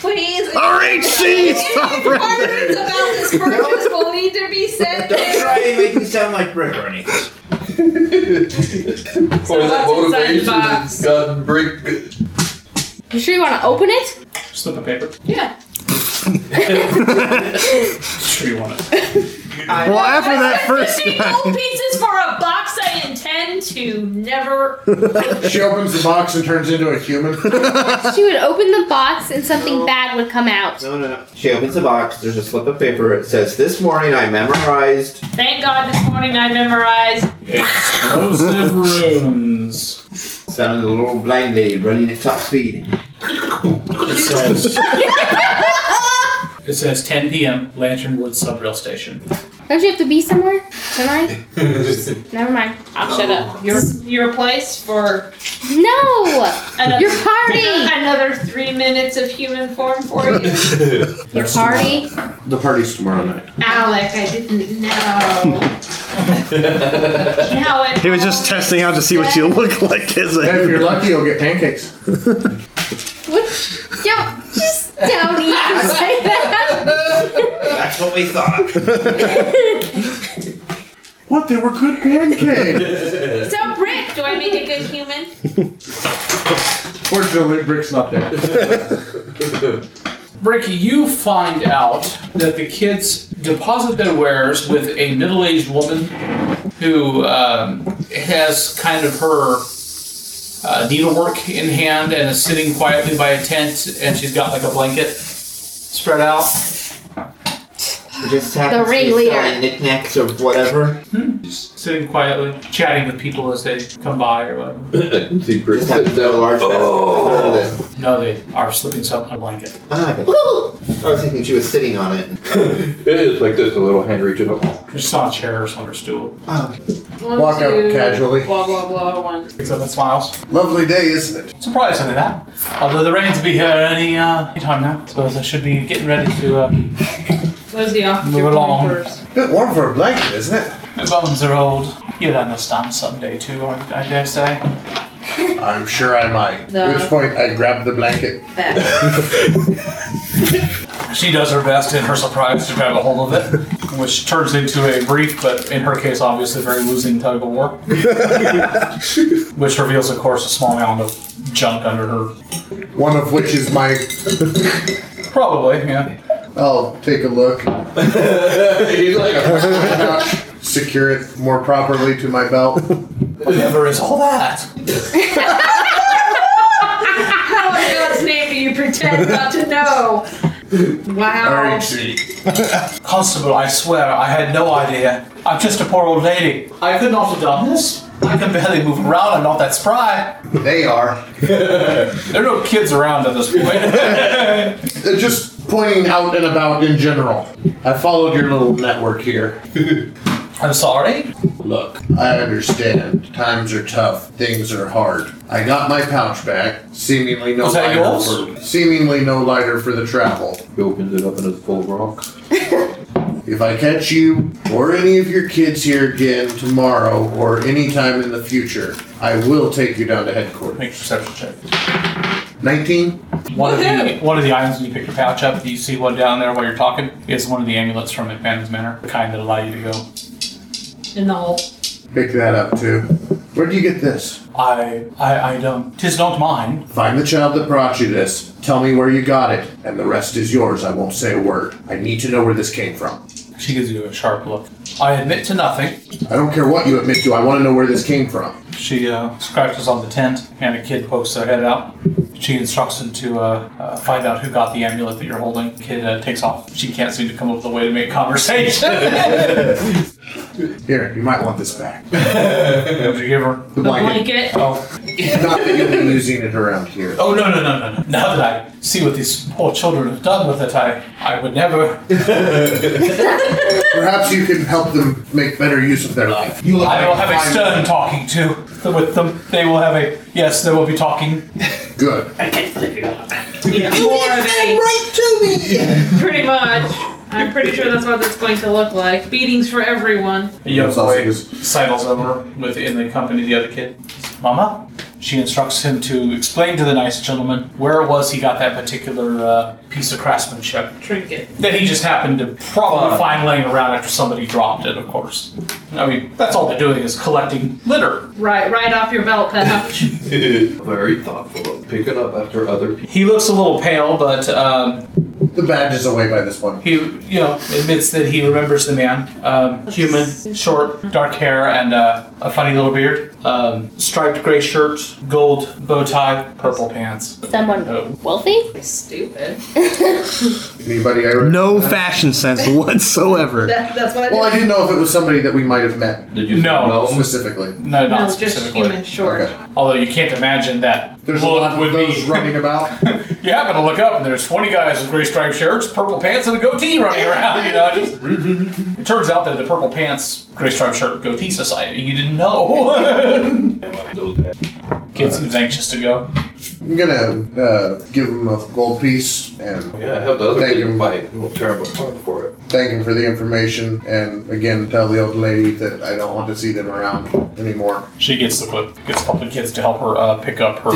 S8: Please.
S4: RHC, stop right
S8: Words about this purchase will need to be said.
S6: Don't try and make me sound like Rick or anything.
S11: For that
S8: what's inside the
S11: motivation
S8: box?
S11: that got Rick.
S12: You sure you want to open it?
S3: Slip of paper.
S8: Yeah.
S3: Sure you want it.
S4: Well, after that first
S8: Fifteen gold pieces for a box I intend to never.
S5: she opens the box and turns into a human.
S12: she would open the box and something bad would come out.
S6: No, no, no. She opens the box. There's a slip of paper. It says, "This morning I memorized."
S8: Thank God this morning I memorized.
S3: Explosive runes.
S6: Sounded a little blind lady running at top speed.
S3: It says. It says 10 p.m. Lantern Woods Subrail Station.
S12: Don't you have to be somewhere tonight? Never mind.
S8: I'll shut up. Your your place for
S12: No!
S8: another
S12: Your party!
S8: another three minutes of human form for you,
S12: Your party?
S6: The party's tomorrow night.
S8: Alec. I didn't know. now it.
S4: He was just testing out to see what you look like as
S5: And if
S4: a.
S5: you're lucky, you'll get pancakes.
S12: What? Don't, just don't even say that.
S6: That's what we thought.
S5: What? They were good pancakes.
S8: So Rick, do I make a good human?
S5: Fortunately, Rick's not there.
S3: Ricky, you find out that the kids deposit their wares with a middle aged woman who um, has kind of her uh, needlework in hand and is sitting quietly by a tent, and she's got like a blanket spread out.
S6: Just happens to be
S12: ringleader.
S6: selling knickknacks or whatever.
S3: Just sitting quietly, chatting with people as they come by or whatever.
S11: Secret.
S6: Oh.
S3: No, they are slipping something on a blanket.
S6: Ah, okay. I was thinking she was sitting on it.
S11: It is like this, a little hand reach of a
S3: Just on a chair or some or stool.
S8: One,
S18: Walk out
S8: two,
S18: casually.
S8: Blah blah blah. One.
S3: Picks up and smiles.
S18: Lovely day, isn't it?
S3: Surprising at that. Although the rains will be here any uh, any time now. Suppose I should be getting ready to uh,
S8: Those the officer
S3: Move along.
S8: first.
S18: Bit warm for a blanket, isn't it?
S3: My bones are old. You'll understand someday too, I, I dare say.
S5: I'm sure I might.
S8: No.
S5: At which point, I grab the blanket.
S8: That.
S3: She does her best in her surprise to grab a hold of it, which turns into a brief, but in her case, obviously very losing tug of war. which reveals, of course, a small mound of junk under her.
S18: One of which is my.
S3: Probably, yeah.
S18: I'll take a look.
S5: Secure it more properly to my belt.
S3: Whatever is all that?
S8: How in God's name do you pretend not to know? Wow.
S3: Constable, I swear, I had no idea. I'm just a poor old lady. I could not have done this. I can barely move around. I'm not that spry.
S18: They are.
S3: There are no kids around at this point.
S5: Uh, Just pointing out and about in general. I followed your little network here.
S3: I'm sorry.
S5: Look, I understand. Times are tough. Things are hard. I got my pouch back. Seemingly no
S3: Was that
S5: lighter
S3: yours?
S5: for seemingly no lighter for the travel.
S11: He opens it up and it's full of rock.
S5: If I catch you or any of your kids here again tomorrow or any time in the future, I will take you down to headquarters.
S3: Make a perception check.
S5: 19?
S3: One of the one of the items when you pick your pouch up, you see one down there while you're talking, is one of the amulets from McMahon's Manor, the kind that allow you to go.
S8: In the hole.
S5: Pick that up too. Where do you get this?
S3: I I, I don't. Tis not mine.
S5: Find the child that brought you this. Tell me where you got it, and the rest is yours. I won't say a word. I need to know where this came from.
S3: She gives you a sharp look. I admit to nothing.
S5: I don't care what you admit to. I want to know where this came from.
S3: She uh, scratches on the tent, and a kid pokes their head out. She instructs him to uh, uh, find out who got the amulet that you're holding. Kid uh, takes off. She can't seem to come up with a way to make conversation.
S5: Here, you might want this back.
S3: Would you give her?
S5: The
S8: The
S5: blanket.
S8: blanket.
S3: Oh,
S5: Not that you've been using it around here.
S3: oh no, no, no, no, no. Now that I see what these poor children have done with it, I, I would never.
S5: Perhaps you can help them make better use of their life. You
S3: I will have a stern talking to with them. They will have a yes. They will be talking.
S5: Good.
S8: More of a-
S6: Right to me!
S8: Pretty much. I'm pretty sure that's what it's going to look like. Beatings for everyone.
S3: The young
S5: That's also
S3: boy
S5: good.
S3: sidles over with in the company of the other kid. Mama, she instructs him to explain to the nice gentleman where it was he got that particular uh, piece of craftsmanship
S8: Trinket.
S3: that he just happened to probably find laying around after somebody dropped it. Of course, I mean that's all they're doing is collecting litter.
S8: Right, right off your belt pouch.
S11: Very thoughtful of picking up after other people.
S3: He looks a little pale, but um,
S5: The badge is away by this one.
S3: He, you know, admits that he remembers the man. Um, human, short, dark hair, and uh, a funny little beard. Um, striped gray shirt, gold bow tie, purple pants.
S12: Someone
S3: Oh,
S12: wealthy?
S8: Stupid.
S5: Anybody I re-
S4: No fashion sense whatsoever.
S8: That, that's what I
S5: Well, I
S8: did.
S5: didn't know if it was somebody that we might have met
S11: Did you
S3: No.
S11: smell?
S5: specifically.
S3: no, not
S8: No, just
S3: specifically.
S8: human short.
S5: Okay.
S3: Although you can't imagine that.
S5: There's a
S3: look
S5: lot of
S3: would
S5: those
S3: be.
S5: running about.
S3: you happen to look up, and there's 20 guys with gray striped shirts, purple pants, and a goatee running around. You know, just, it turns out that the purple pants, gray striped shirt, goatee society. You didn't know. Kid seems anxious to go.
S5: I'm gonna uh, give him a gold piece and
S11: Yeah, have the other
S5: Thank
S11: people
S5: you.
S11: fight. We'll tear them apart for it.
S5: thank him for the information. And again, tell the old lady that I don't want to see them around anymore.
S3: She gets the clip, gets a couple of kids to help her uh, pick up her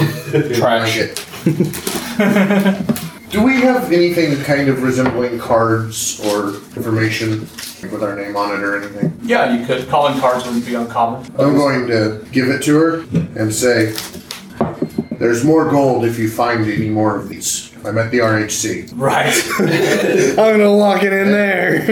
S3: trash.
S5: Like it. Do we have anything kind of resembling cards or information with our name on it or anything?
S3: Yeah, you could. Calling cards wouldn't be uncommon.
S5: I'm going to give it to her and say, "There's more gold if you find any more of these." I'm at the RHC.
S3: Right.
S19: I'm gonna lock it in there.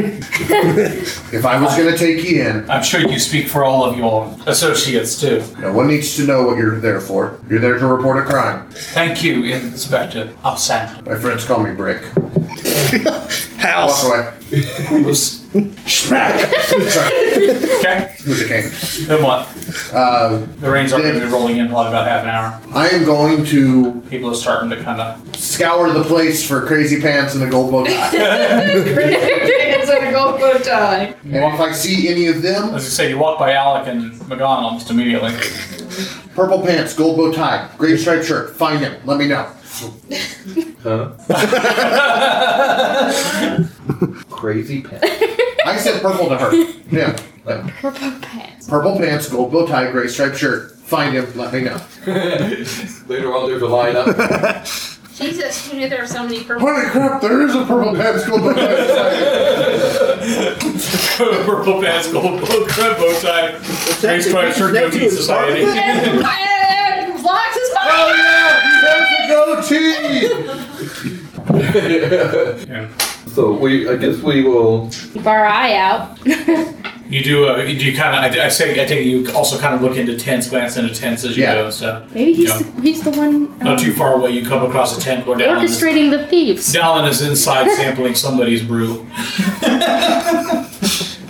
S5: If I was going to take you in,
S3: I'm sure you speak for all of your associates too.
S5: no one needs to know what you're there for. You're there to report a crime.
S3: Thank you, Inspector Alsan.
S5: My friends call me Brick.
S4: House.
S5: Walk away. Smack.
S3: okay.
S5: With the cane.
S3: Then what?
S5: Uh,
S3: The rain's already been rolling in probably about half an hour.
S5: I am going to
S3: People are starting to kind of.
S5: scour the place for Crazy Pants and the Gold Bow
S8: It's a gold bow tie.
S5: And if I see any of them,
S3: As you say, you walk by Alec and McGon almost immediately.
S5: Purple Pants, Gold Bow Tie, Gray Striped Shirt, find him. Let me know.
S11: Huh? Crazy pants.
S5: I said purple to her. Yeah. yeah.
S12: Purple pants.
S5: Purple Pants, Gold Bow Tie, Gray Striped Shirt, find him. Let me know.
S11: Later on, there's a lineup.
S20: Jesus, who knew there were so many purple?
S5: Holy crap, there is a Purple Pants, Gold Bow Tie.
S3: Purple pants, gold bow, red bow tie, race car, shirt, goatee society.
S8: And Vlogs is fine.
S5: Oh yeah, that's a goatee.
S11: So we, I guess we will.
S12: Keep our eye out.
S3: You do. Uh, you do kind of. I, I say. I take it you also kind of look into tents, glance into tents as you go and stuff.
S12: Maybe he's
S3: Yeah.
S12: the, he's the one um,
S3: Not too far away, you come across a tent where Dallin is,
S12: orchestrating the thieves,
S3: Dallin is inside sampling somebody's brew.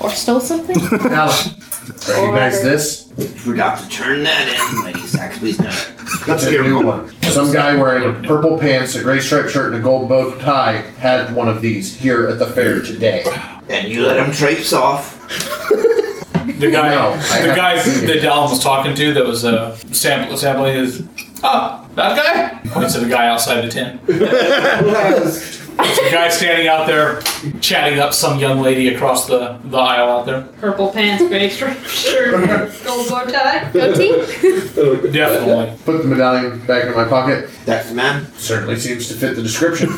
S12: or stole something.
S5: Recognize this?
S6: Forgot to turn that in, Lady Sacks. Please don't.
S5: That's a new one. Some guy wearing purple pants, a gray striped shirt, and a gold bow tie had one of these here at the fair today.
S6: And you let him traipse off.
S3: The guy, the
S5: haven't
S3: guy
S5: seen
S3: that Dallin was talking to, that was uh, sampling, sampling is. Ah, that guy. Points at the guy outside the tent. There's a guy standing out there, chatting up some young lady across the, the aisle out there.
S8: Purple pants, gray striped shirt, gold bow tie.
S3: Definitely.
S5: Put the medallion back in my pocket. That's the man. Certainly seems to fit the description.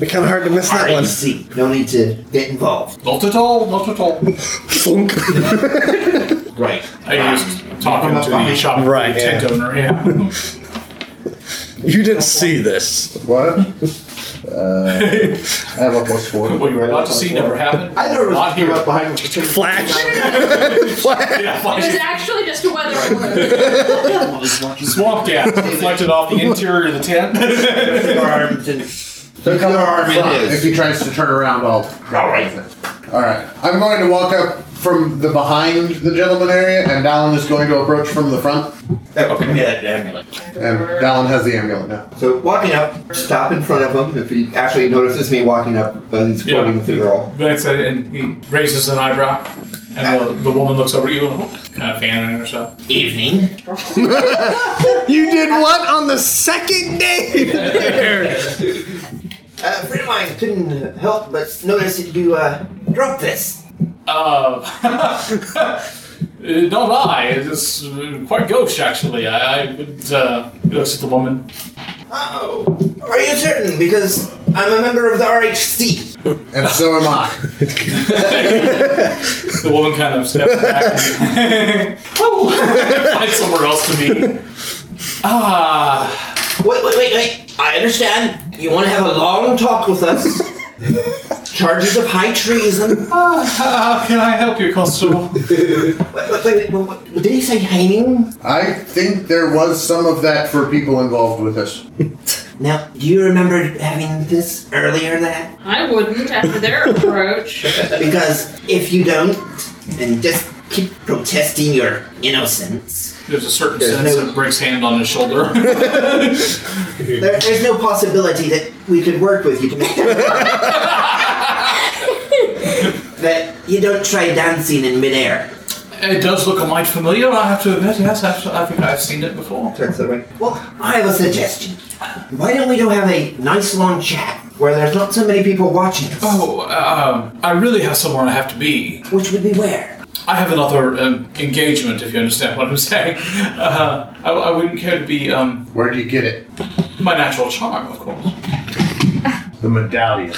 S4: Be kind of hard to miss that one.
S6: See, no need to get involved.
S3: Not at all. Not at all.
S4: Flunk.
S6: Right.
S3: I used talking to the shop
S4: Right,
S3: tent
S4: yeah.
S3: owner. Yeah.
S4: You didn't see this.
S5: What? Uh, I have a plus four.
S3: What you were about to see never happened.
S5: I never
S3: Not here. Up
S5: behind
S4: Flash.
S3: yeah,
S8: It
S3: flash.
S8: was actually just a weather alert.
S3: Swamp gas reflected off the interior of the tent.
S5: Look how arm
S6: it
S5: front.
S6: is.
S5: If he tries to turn around, I'll. All right. All right. I'm going to walk up from the behind the gentleman area, and Dallin is going to approach from the front.
S6: Yeah, amulet.
S5: And Dallin has the amulet now.
S6: So walking up, stop in front of him. If he actually notices me walking up, uh, he's
S3: Yeah.
S6: quoting with the girl.
S3: That's it, and he raises an eyebrow, and the, the woman looks over at you and kind of fanning herself.
S6: Evening.
S4: You did what on the second day?
S6: Uh, a friend of mine couldn't help but notice that you uh, dropped this.
S3: Uh, not I. It's uh, quite gauche, actually. I, I would. Uh, he looks at the woman.
S6: Oh, are you certain? Because I'm a member of the RHC.
S5: And so am I.
S3: The woman kind of steps back. oh, find somewhere else to be. Ah,
S6: Wait, wait, wait, wait. I understand. You want to have a long talk with us. Charges of high treason.
S3: ah, how can I help you, Constable?
S6: Wait, wait, wait, wait, wait, wait. Did he say hanging?
S5: I think there was some of that for people involved with us.
S6: Now, do you remember having this earlier that?
S8: I wouldn't after their approach.
S6: Because if you don't, and just keep protesting your innocence,
S3: There's a certain
S6: There's
S3: sense
S6: no-
S3: of Brick's hand on his shoulder.
S6: there, there's no possibility that we could work with you to make that. that you don't try dancing in midair.
S3: It does look a mite familiar, I have to admit. Yes, I've, I think I've seen it before.
S6: Turns that way. Well, I have a suggestion. Why don't we go have a nice long chat where there's not so many people watching us?
S3: Oh, um, I really have somewhere I have to be.
S6: Which would be where?
S3: I have another um, engagement, if you understand what I'm saying. Uh, I, I wouldn't care to be um,
S5: Where do you get it?
S3: my natural charm, of course.
S5: The medallion.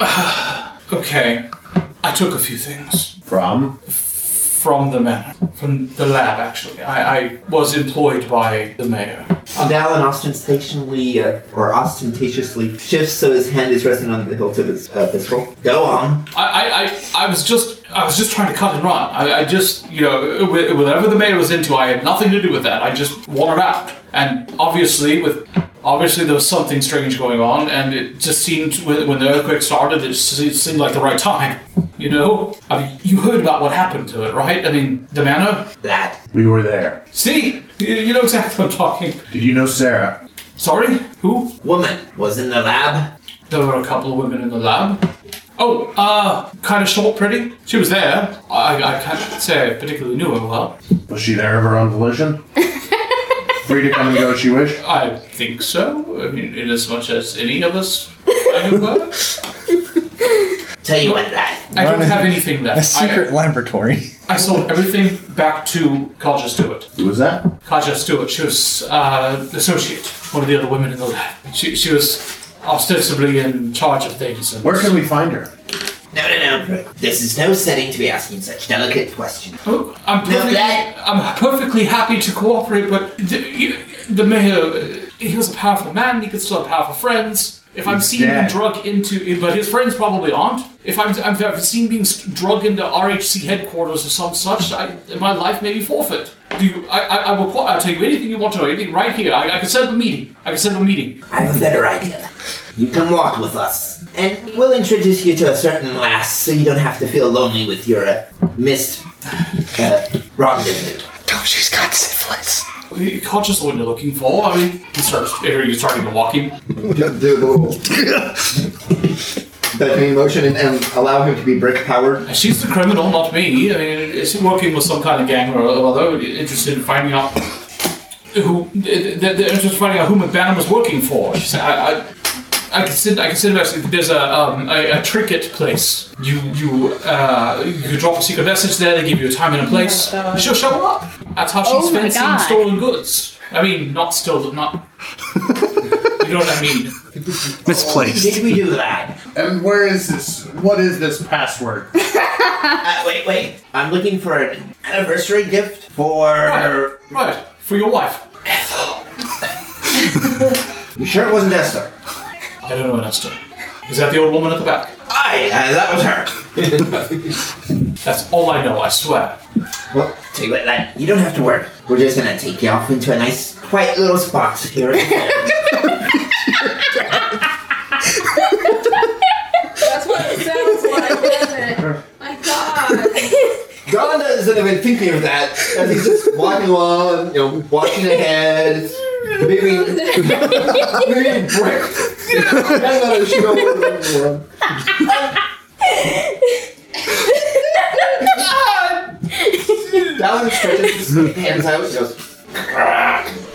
S3: Okay, I took a few things
S5: From?
S3: from the manor, from the lab, actually. I, I was employed by the mayor.
S6: And Alan ostensibly uh, or ostentatiously shifts so his hand is resting on the hilt of his uh, pistol. Go on.
S3: I, I, I, I was just I was just trying to cut and run. I, I just you know wh- whatever the mayor was into, I had nothing to do with that. I just wore it out, and obviously with Obviously, there was something strange going on, and it just seemed when, when the earthquake started, it just se- seemed like the right time. You know, I mean, you heard about what happened to it, right? I mean, the manor.
S6: That
S17: We were there.
S3: See, you, you know exactly what I'm talking.
S17: Did you know Sarah?
S3: Sorry, who?
S6: Woman was in the lab.
S3: There were a couple of women in the lab. Oh, uh, kind of short, pretty. She was there. I, I can't say I particularly knew her well.
S17: Was she there of her own volition? Free to come and go as she wished?
S3: I think so. I mean, in as much as any of us. I knew her.
S6: Tell you what, that.
S3: I don't have anything left.
S13: A secret laboratory.
S3: I sold everything back to Kaja Stewart.
S17: Who was that?
S3: Kaja Stewart, she was uh, associate, one of the other women in the lab. She, she was ostensibly in charge of things. And
S17: Where can we find her?
S6: No, no, no. This is no setting to be asking such delicate questions.
S3: Oh, I'm perfectly, I'm perfectly happy to cooperate, but the, you, the mayor, uh, he was a powerful man. He could still have powerful friends. If I'm
S17: He's
S3: seen being
S17: dead.
S3: drug into, but his friends probably aren't. If I'm, I'm if I'm seen being st- drug into RHC headquarters or some such, I, my life may be forfeit. Do you? I, I, I will. co- I'll tell you anything you want to know. Anything right here. I, I can set up a meeting. I can set up a meeting.
S6: I have a better idea. You can walk with us, and we'll introduce you to a certain lass so you don't have to feel lonely with your uh, missed uh, rendezvous.
S3: Oh, she's got syphilis. He caught just the one you're looking for. I mean, he starts. Are you starting to walk him?
S6: Beckoning motion and, and allow him to be brick powered.
S3: She's the criminal, not me. I mean, is she working with some kind of gang or other? Interested in finding out who? They're, they're interested in finding out who McBannon was working for. She said, I, I, I consider, I consider actually there's a, um, a a trinket place. You you uh, you drop a secret message there. They give you a time and a place. She'll show up. That's how she's
S12: Oh my
S3: fencing
S12: God.
S3: stolen goods. I mean, not stolen, not. you know what I mean.
S17: Misplaced.
S6: Did we do that?
S17: And where is this? What is this password?
S6: Uh, wait, wait. I'm looking for an anniversary gift for. Right,
S3: for your wife.
S6: you sure it wasn't Esther?
S3: I don't know an Esther. Is that the old woman at the back?
S6: Aye, uh, that was her.
S3: That's all I know. I swear.
S6: Well, tell you what, lad, you don't have to worry. We're just gonna take you off into a nice, quiet little spot here.
S14: That's what it sounds like, doesn't it? My God.
S6: Don doesn't even thinking of that as he's just walking along, you know, watching ahead, maybe, maybe brick. That's not a show. Don stretches his hands out and goes,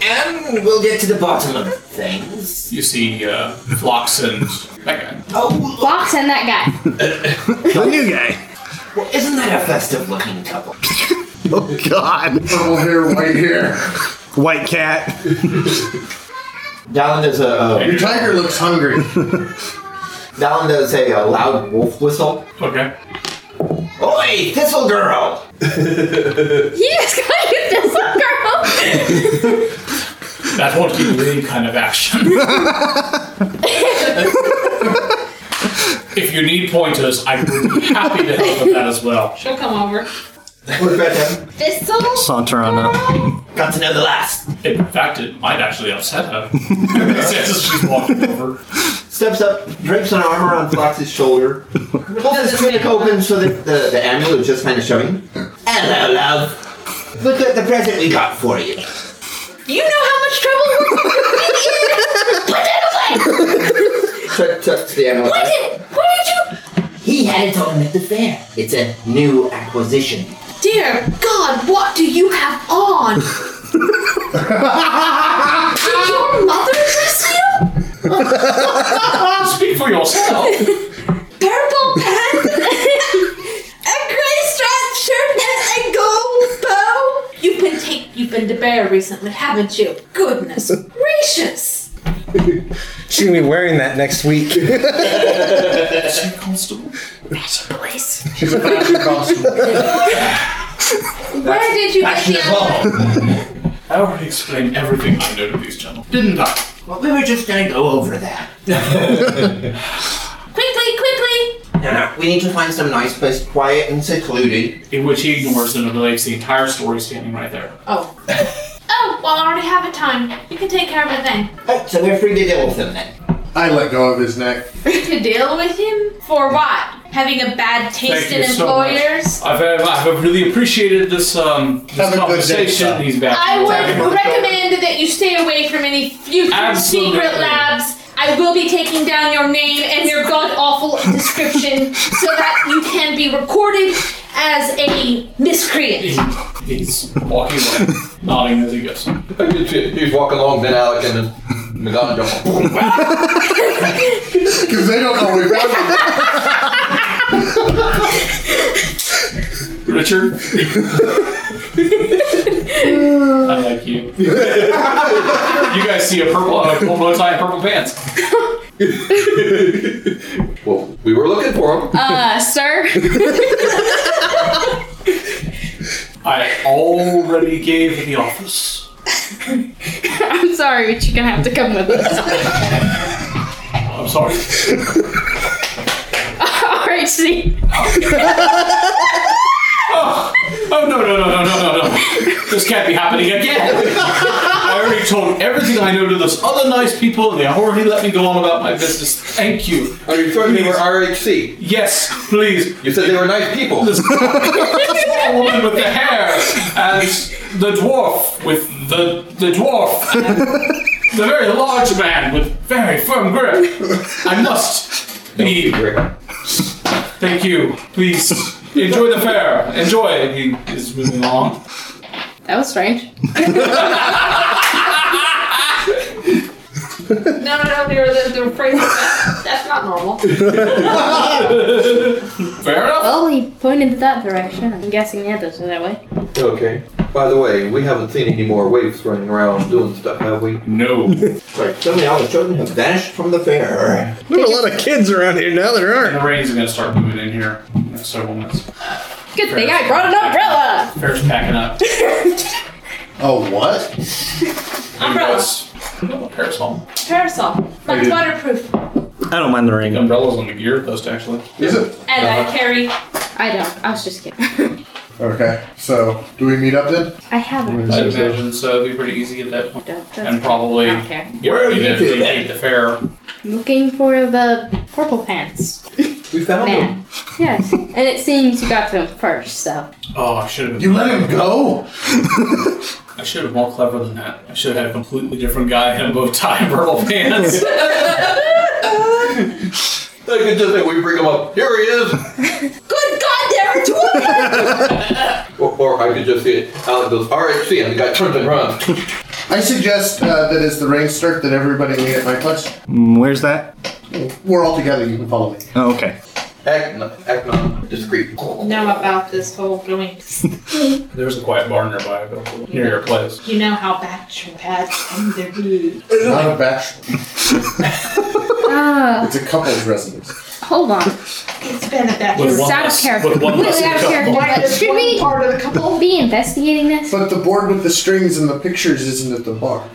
S6: and we'll get to the bottom of things.
S3: You see uh, Phlox and that guy.
S6: Oh,
S12: Fox and that guy.
S6: the new guy. Well, isn't that a festive looking couple?
S4: Oh God!
S17: Purple hair, white hair,
S4: white cat.
S6: Dallin does a. uh, a
S17: Your tiger looks hungry.
S6: Dallin does a, a loud wolf whistle.
S3: Okay.
S6: Oi, thistle girl!
S12: Yes, got you, this girl.
S3: That won't give you any kind of action. if you need pointers, I would be happy to help with that as well.
S12: She'll come over.
S6: What about them?
S12: Thistle.
S4: Saunter on up.
S6: Got to know the last.
S3: In fact, it might actually upset her. Since she's walking over.
S6: Steps up, drapes an arm around Fox's shoulder, pulls his tunic open so that the, the amulet was just kind of showing. Hello, love. Look at the present we got for you.
S14: You know how much trouble we're in. Put it away.
S6: Tuck, tucks the amulet.
S14: What
S6: back.
S14: did? What did
S6: He had it on at the fair. It's a new acquisition.
S14: you? Dear God, what do you have on? did your mother dress you?
S3: Speak for yourself.
S14: Purple pants, a grey striped shirt, and a gold bow. You've been take. You've been to bear recently, haven't you? Goodness gracious!
S13: She's gonna be wearing that next week.
S3: Constable.
S14: Magic boys.
S17: She's a fashion costume.
S12: Where did you get the
S3: I already explained everything I know to these gentlemen. Didn't I?
S6: Well, we were just gonna go over that.
S14: Quickly, quickly!
S6: No, no, we need to find some nice place, quiet and secluded.
S3: In which he ignores and relates the entire story standing right there.
S14: Oh. Oh,
S8: Well, I already have a time. You can take care of it then.
S6: So we're free to deal with him then.
S17: I let go of his neck.
S8: to deal with him? For what? Having a bad taste
S3: Thank you
S8: in
S3: so much.
S8: employers?
S3: I've, uh, I've really appreciated this, um, this conversation. He's back.
S8: I would recommend that you stay away from any future
S3: Absolutely.
S8: secret labs. I will be taking down your name and your god awful description so that you can be recorded as a miscreant.
S3: He's walking away, nodding as he goes.
S11: He's walking along, Ben Alec and McGonagall.
S5: Because they don't know we found him.
S3: Richard, I like you. you guys see a purple, a purple bow tie, and purple pants.
S11: well, we were looking for him.
S12: Uh, sir?
S3: I already gave the office.
S12: I'm sorry, but you're gonna have to come with us.
S3: I'm sorry.
S12: Alright, see.
S3: Oh, oh, no, no, no, no, no, no, no. This can't be happening again. I already told everything I know to those other nice people, and they already let me go on about my business. Thank you.
S11: Are Oh, you sure they were RHC?
S3: Yes, please.
S11: You said they were nice people.
S3: This tall woman with the hair, and the dwarf with the, the dwarf, and the very large man with very firm grip. I must be. Thank you. Please enjoy the fair. Enjoy. He is moving along.
S12: That was strange.
S8: No, no, no, they're, they're, they're afraid of that. That's not normal.
S3: Fair enough.
S12: Well, he pointed that direction. I'm guessing the others are that way.
S11: Okay. By the way, we haven't seen any more waifs running around doing stuff, have we?
S3: No.
S11: Like, suddenly all the children have vanished from the fair.
S13: There are a lot of kids around here now. There aren't.
S3: The rain's gonna start moving in here in the next several minutes.
S12: Good thing I brought an umbrella!
S3: Fair's packing up.
S17: Oh, what?
S3: Umbrellas. Parasol.
S8: Parasol.
S3: Very
S8: But
S3: good.
S8: waterproof.
S13: I don't mind the rain.
S3: Umbrellas on the gear post actually.
S17: Is it?
S8: And I carry.
S12: I don't. I was just kidding.
S17: Okay, so do we meet up then?
S12: I haven't.
S3: I imagine so. It'd be pretty easy at that point.
S12: Don't-
S3: And probably
S12: I don't care.
S3: get
S12: Where
S3: ready
S12: you
S3: to
S12: do
S3: vacate the fair.
S12: Looking for the purple pants.
S11: We found
S12: Man. Yes. and it seems you got them first, so.
S3: Oh, I should have been.
S17: You let him go?
S3: I should have been more clever than that. I should have had a completely different guy in a bow tie and purple pants.
S11: They could just think we bring him up. Here he is.
S14: Good God, there are two of
S11: Or, or I could just see it. Alec goes RHC, and the guy turns and runs.
S17: I suggest uh, that as the rains start, that everybody meet at my place.
S4: Mm, Where's that?
S17: We're all together. You can follow me.
S4: Oh, okay.
S11: Act, no- act non discreet.
S8: Know about this whole going.
S3: There's a quiet bar nearby, but near your place.
S8: You know how bad your bad can there be.
S17: Not a bash.
S12: Uh,
S17: It's a couple's residence.
S12: hold on.
S8: It's been a bad
S12: It's out of character. Completely out of character. but Should we
S8: part of the couple?
S12: be investigating this?
S17: But the board with the strings and the pictures isn't at the bar.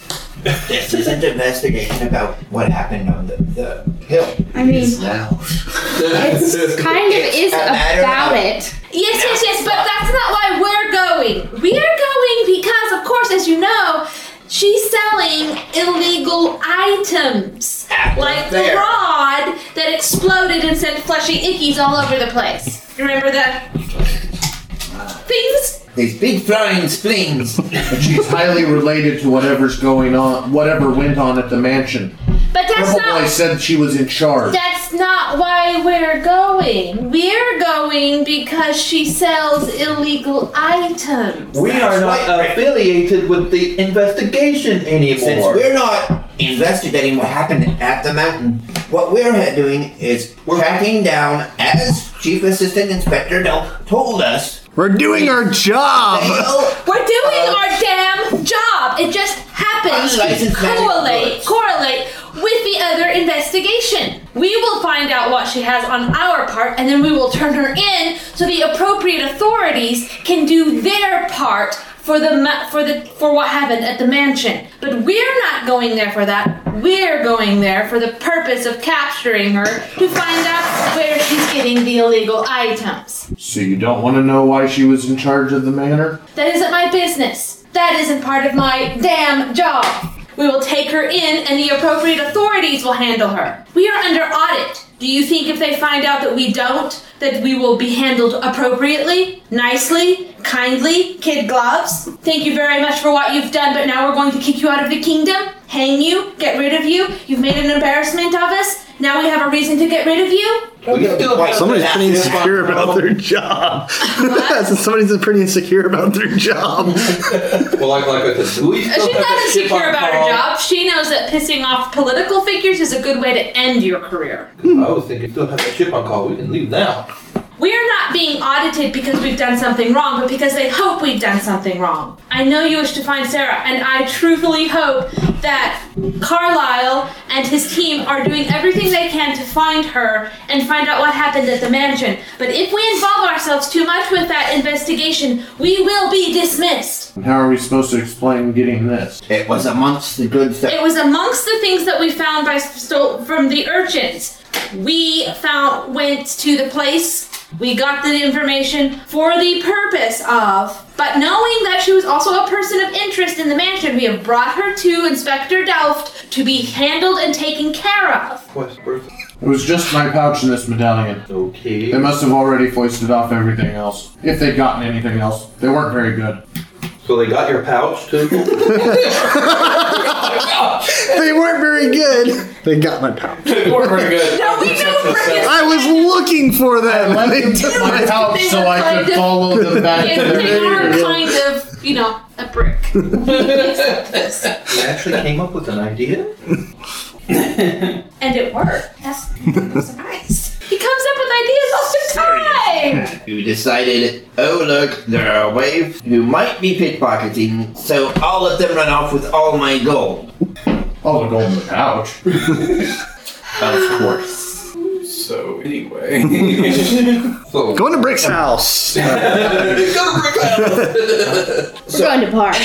S6: This is an investigation about what happened on the, the hill.
S12: I mean,
S6: It's now.
S12: it's kind of is
S6: matter
S12: about
S6: of-
S12: it.
S8: Yes, yes, yes, but that's not why we're going. We're going because, of course, as you know, she's selling illegal items. Like the
S14: there.
S8: rod that exploded and sent fleshy ickies all over the place. You Remember the things?
S6: These big flying spleens.
S17: And she's highly related to whatever's going on, whatever went on at the mansion.
S8: But that's
S17: Purple Boy
S8: not
S17: said she was in charge.
S8: that's not why we're going. We're going because she sells illegal items.
S11: We are not affiliated with the investigation anymore.
S6: Since we're not investigating what happened at the mountain, what we're doing is tracking down, as Chief Assistant Inspector Del told us, uh,
S4: We're doing our job.
S8: We're doing our damn job. It just happens to
S6: Unlicensed magic
S8: correlate, correlate with the other investigation. We will find out what she has on our part, and then we will turn her in so the appropriate authorities can do their part for the ma- for the for what happened at the mansion. But we're not going there for that. We're going there for the purpose of capturing her to find out where she's getting the illegal items.
S17: So you don't want to know why she was in charge of the manor?
S8: That isn't my business.
S21: That isn't part of my damn job. We will take her in and the appropriate authorities will handle her. We are under audit. Do you think if they find out that we don't, that we will be handled appropriately, nicely, kindly, kid gloves? Thank you very much for what you've done, but now we're going to kick you out of the kingdom, hang you, get rid of you. You've made an embarrassment of us. Now we have a reason to get rid of you.
S4: Somebody's pretty insecure about their job. Somebody's pretty insecure about their job.
S11: Well, like, like I said, we
S8: She's
S11: still have
S8: not
S11: that chip on
S8: insecure about her
S11: Paul.
S8: job. She knows that pissing off political figures is a good way to end your career.
S11: I was thinking, still have that chip on call. We can leave now.
S8: We are not being audited because we've done something wrong, but because they hope we've done something wrong. I know you wish to find Sarah, and I truthfully hope that Carlisle and his team are doing everything they can to find her and find out what happened at the mansion. But if we involve ourselves too much with that investigation, we will be dismissed.
S5: And how are we supposed to explain getting this?
S6: It was amongst the goods
S8: It was amongst the things that we found by stole from the urchins. We found went to the place. We got the information for the purpose of, but knowing that she was also a person of interest in the mansion, we have brought her to Inspector Delft to be handled and taken care of.
S5: It was just my pouch and this medallion.
S11: Okay.
S5: They must have already foisted off everything else. If they'd gotten anything else, they weren't very good.
S11: So they got your pouch too?
S4: they weren't very good. They got my pouch.
S3: They weren't very good.
S21: No, we
S3: know
S4: I was looking for them.
S5: I left them
S4: took
S5: my pouch so I could
S8: They were
S5: follow them back
S8: Yeah,
S5: to their
S8: they are
S5: meeting.
S8: kind of, you know, a brick.
S11: You actually came up with an idea?
S8: and it worked. That's I'm surprised. He comes up with ideas all the time.
S6: who decided, oh look, there are waves who might be pickpocketing, so I'll let them run off with all my gold.
S5: All Oh, the gold in the pouch.
S6: of course.
S3: So anyway,
S4: Going to Brick's house.
S12: We're going to park.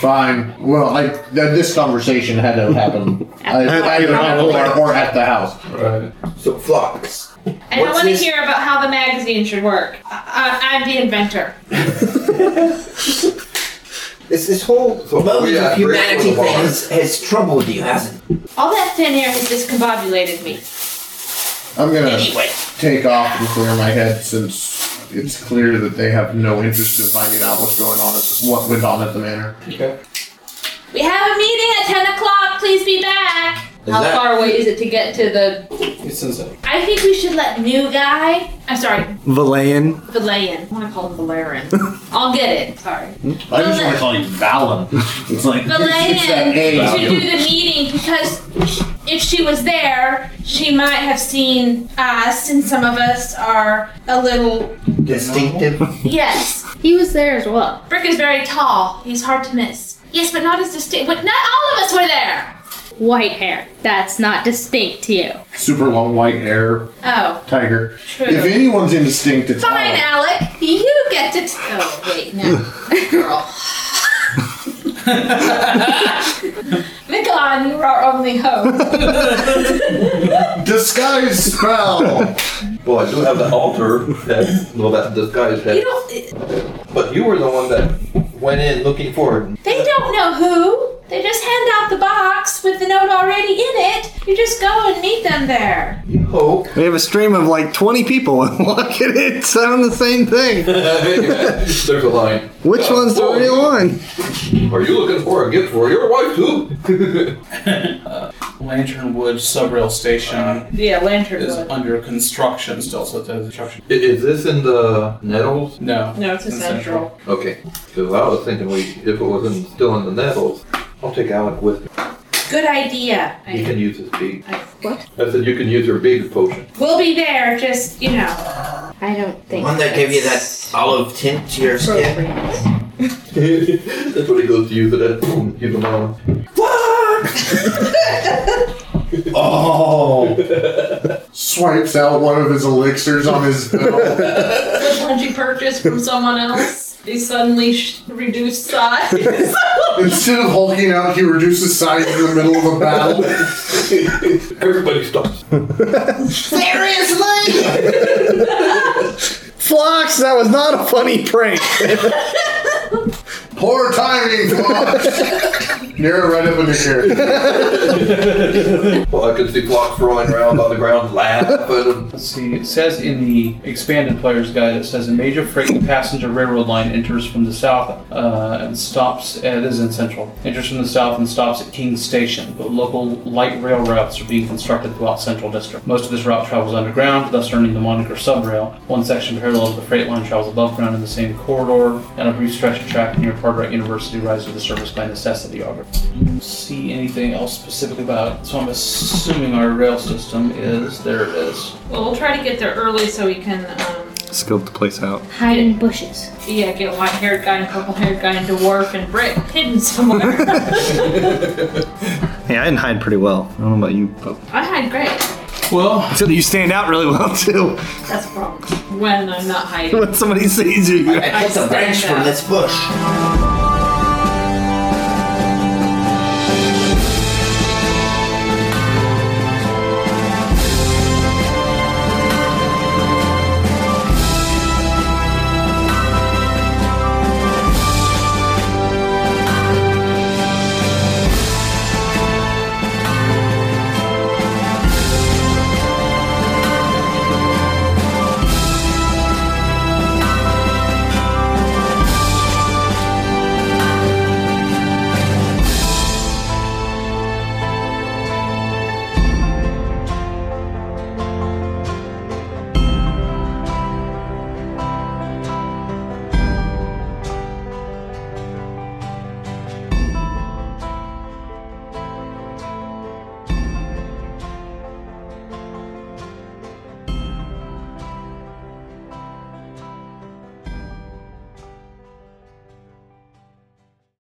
S5: Fine. Well, I, th- this conversation had to happen I- either at the bar or at the house. Right.
S11: So flocks.
S8: And I
S11: What's
S8: want to
S11: this-
S8: hear about how the magazine should work. I, I, I'm the inventor.
S6: This this whole
S11: Oh,
S6: loads
S11: yeah,
S6: of humanity thing
S11: brick with a bar.
S6: has, has troubled you, hasn't it?
S8: All that thin air has discombobulated me.
S5: I'm gonna
S6: Anyway.
S5: take off and clear my head since it's clear that they have no interest in finding out what's going on, at, what went on at the manor.
S11: Okay.
S8: We have a meeting at 10 o'clock. Please be back.
S5: Is
S8: how
S5: that-
S8: far away is it to get to the.
S3: it's insane.
S8: I think we should let new guy. I'm sorry,
S4: Valayan.
S8: Valerian. I want to call him Valerian. I'll get it. Sorry.
S22: I just want to call you Valen. It's like it's that
S8: Valerian to do
S22: A.
S8: the meeting because if she was there, she might have seen us, and some of us are a little.
S6: Distinctive.
S8: Yes.
S12: He was there as well.
S8: Brick is very tall. He's hard to miss. Yes, but not as distinct. But not all of us were there.
S12: White hair. That's not distinct to you.
S5: Super long white hair,
S8: Oh,
S5: tiger.
S8: True.
S5: If anyone's indistinct, it's
S8: fine,
S5: Alan.
S8: Alec. You get to. T- oh wait, no, girl. Mikalon, you are our only hope.
S5: Disguise spell.
S11: Well, I do have the altar that, well, that disguise
S8: you
S11: head.
S8: don't.
S11: But you were the one that went in looking for it.
S8: They don't know who. They just hand out the box with the note already in it. You just go and meet them there.
S11: Hope.
S4: We have a stream of like 20 people and look at it sound the same thing.
S11: There's a line.
S4: Which one's the real one?
S11: Are you looking for a gift for your wife too?
S3: Lanternwood subrail station
S8: Yeah, lantern.
S3: is under construction still, so it's under construction.
S11: I- Is this in the nettles?
S3: No.
S8: No, it's
S3: in central.
S11: Okay. Because I was thinking we, if it was in, still in the nettles, I'll take Alec with me.
S8: Good idea.
S11: You
S8: I,
S11: can use his bead.
S8: I, what?
S11: I said you can use your bead potion.
S8: We'll be there. Just you know.
S12: I don't
S6: The
S12: think.
S6: one that gave you that olive tint to your skin.
S11: That's what he goes to use it at. He's alone.
S5: Oh. Swipes out one of his elixirs on his bill.
S8: Which ones you purchase from someone else? They suddenly sh- reduce size.
S5: Instead of hulking out, he reduces size in the middle of a battle.
S11: Everybody stops.
S6: Seriously?
S4: Flocks, that was not a funny prank.
S5: Poor timing,
S17: Near right up in the
S11: well, I could see blocks rolling around on the ground, laugh.
S3: Let's see. It says in the expanded player's guide. It says a major freight and passenger railroad line enters from the south uh, and stops. Uh, this is in central. Enters from the south and stops at King's Station. But local light rail routes are being constructed throughout Central District. Most of this route travels underground, thus earning the moniker Subrail. One section parallel to the freight line travels above ground in the same corridor, and a brief stretch of track near Cartwright University rises to the surface by necessity. Auger. You don't see anything else specific about. it, So I'm assuming our rail system is there. It is.
S8: Well, we'll try to get there early so we can, um,
S13: Scope the place out.
S9: Hide in bushes.
S8: yeah, get white haired guy and purple haired guy and dwarf and Brit hidden somewhere.
S13: Yeah, I didn't hide pretty well. I don't know about you, but
S8: I hide great.
S3: well,
S13: except that you stand out really well too.
S8: That's the problem. When I'm not hiding.
S13: when somebody sees you,
S8: I took a branch from this
S13: bush.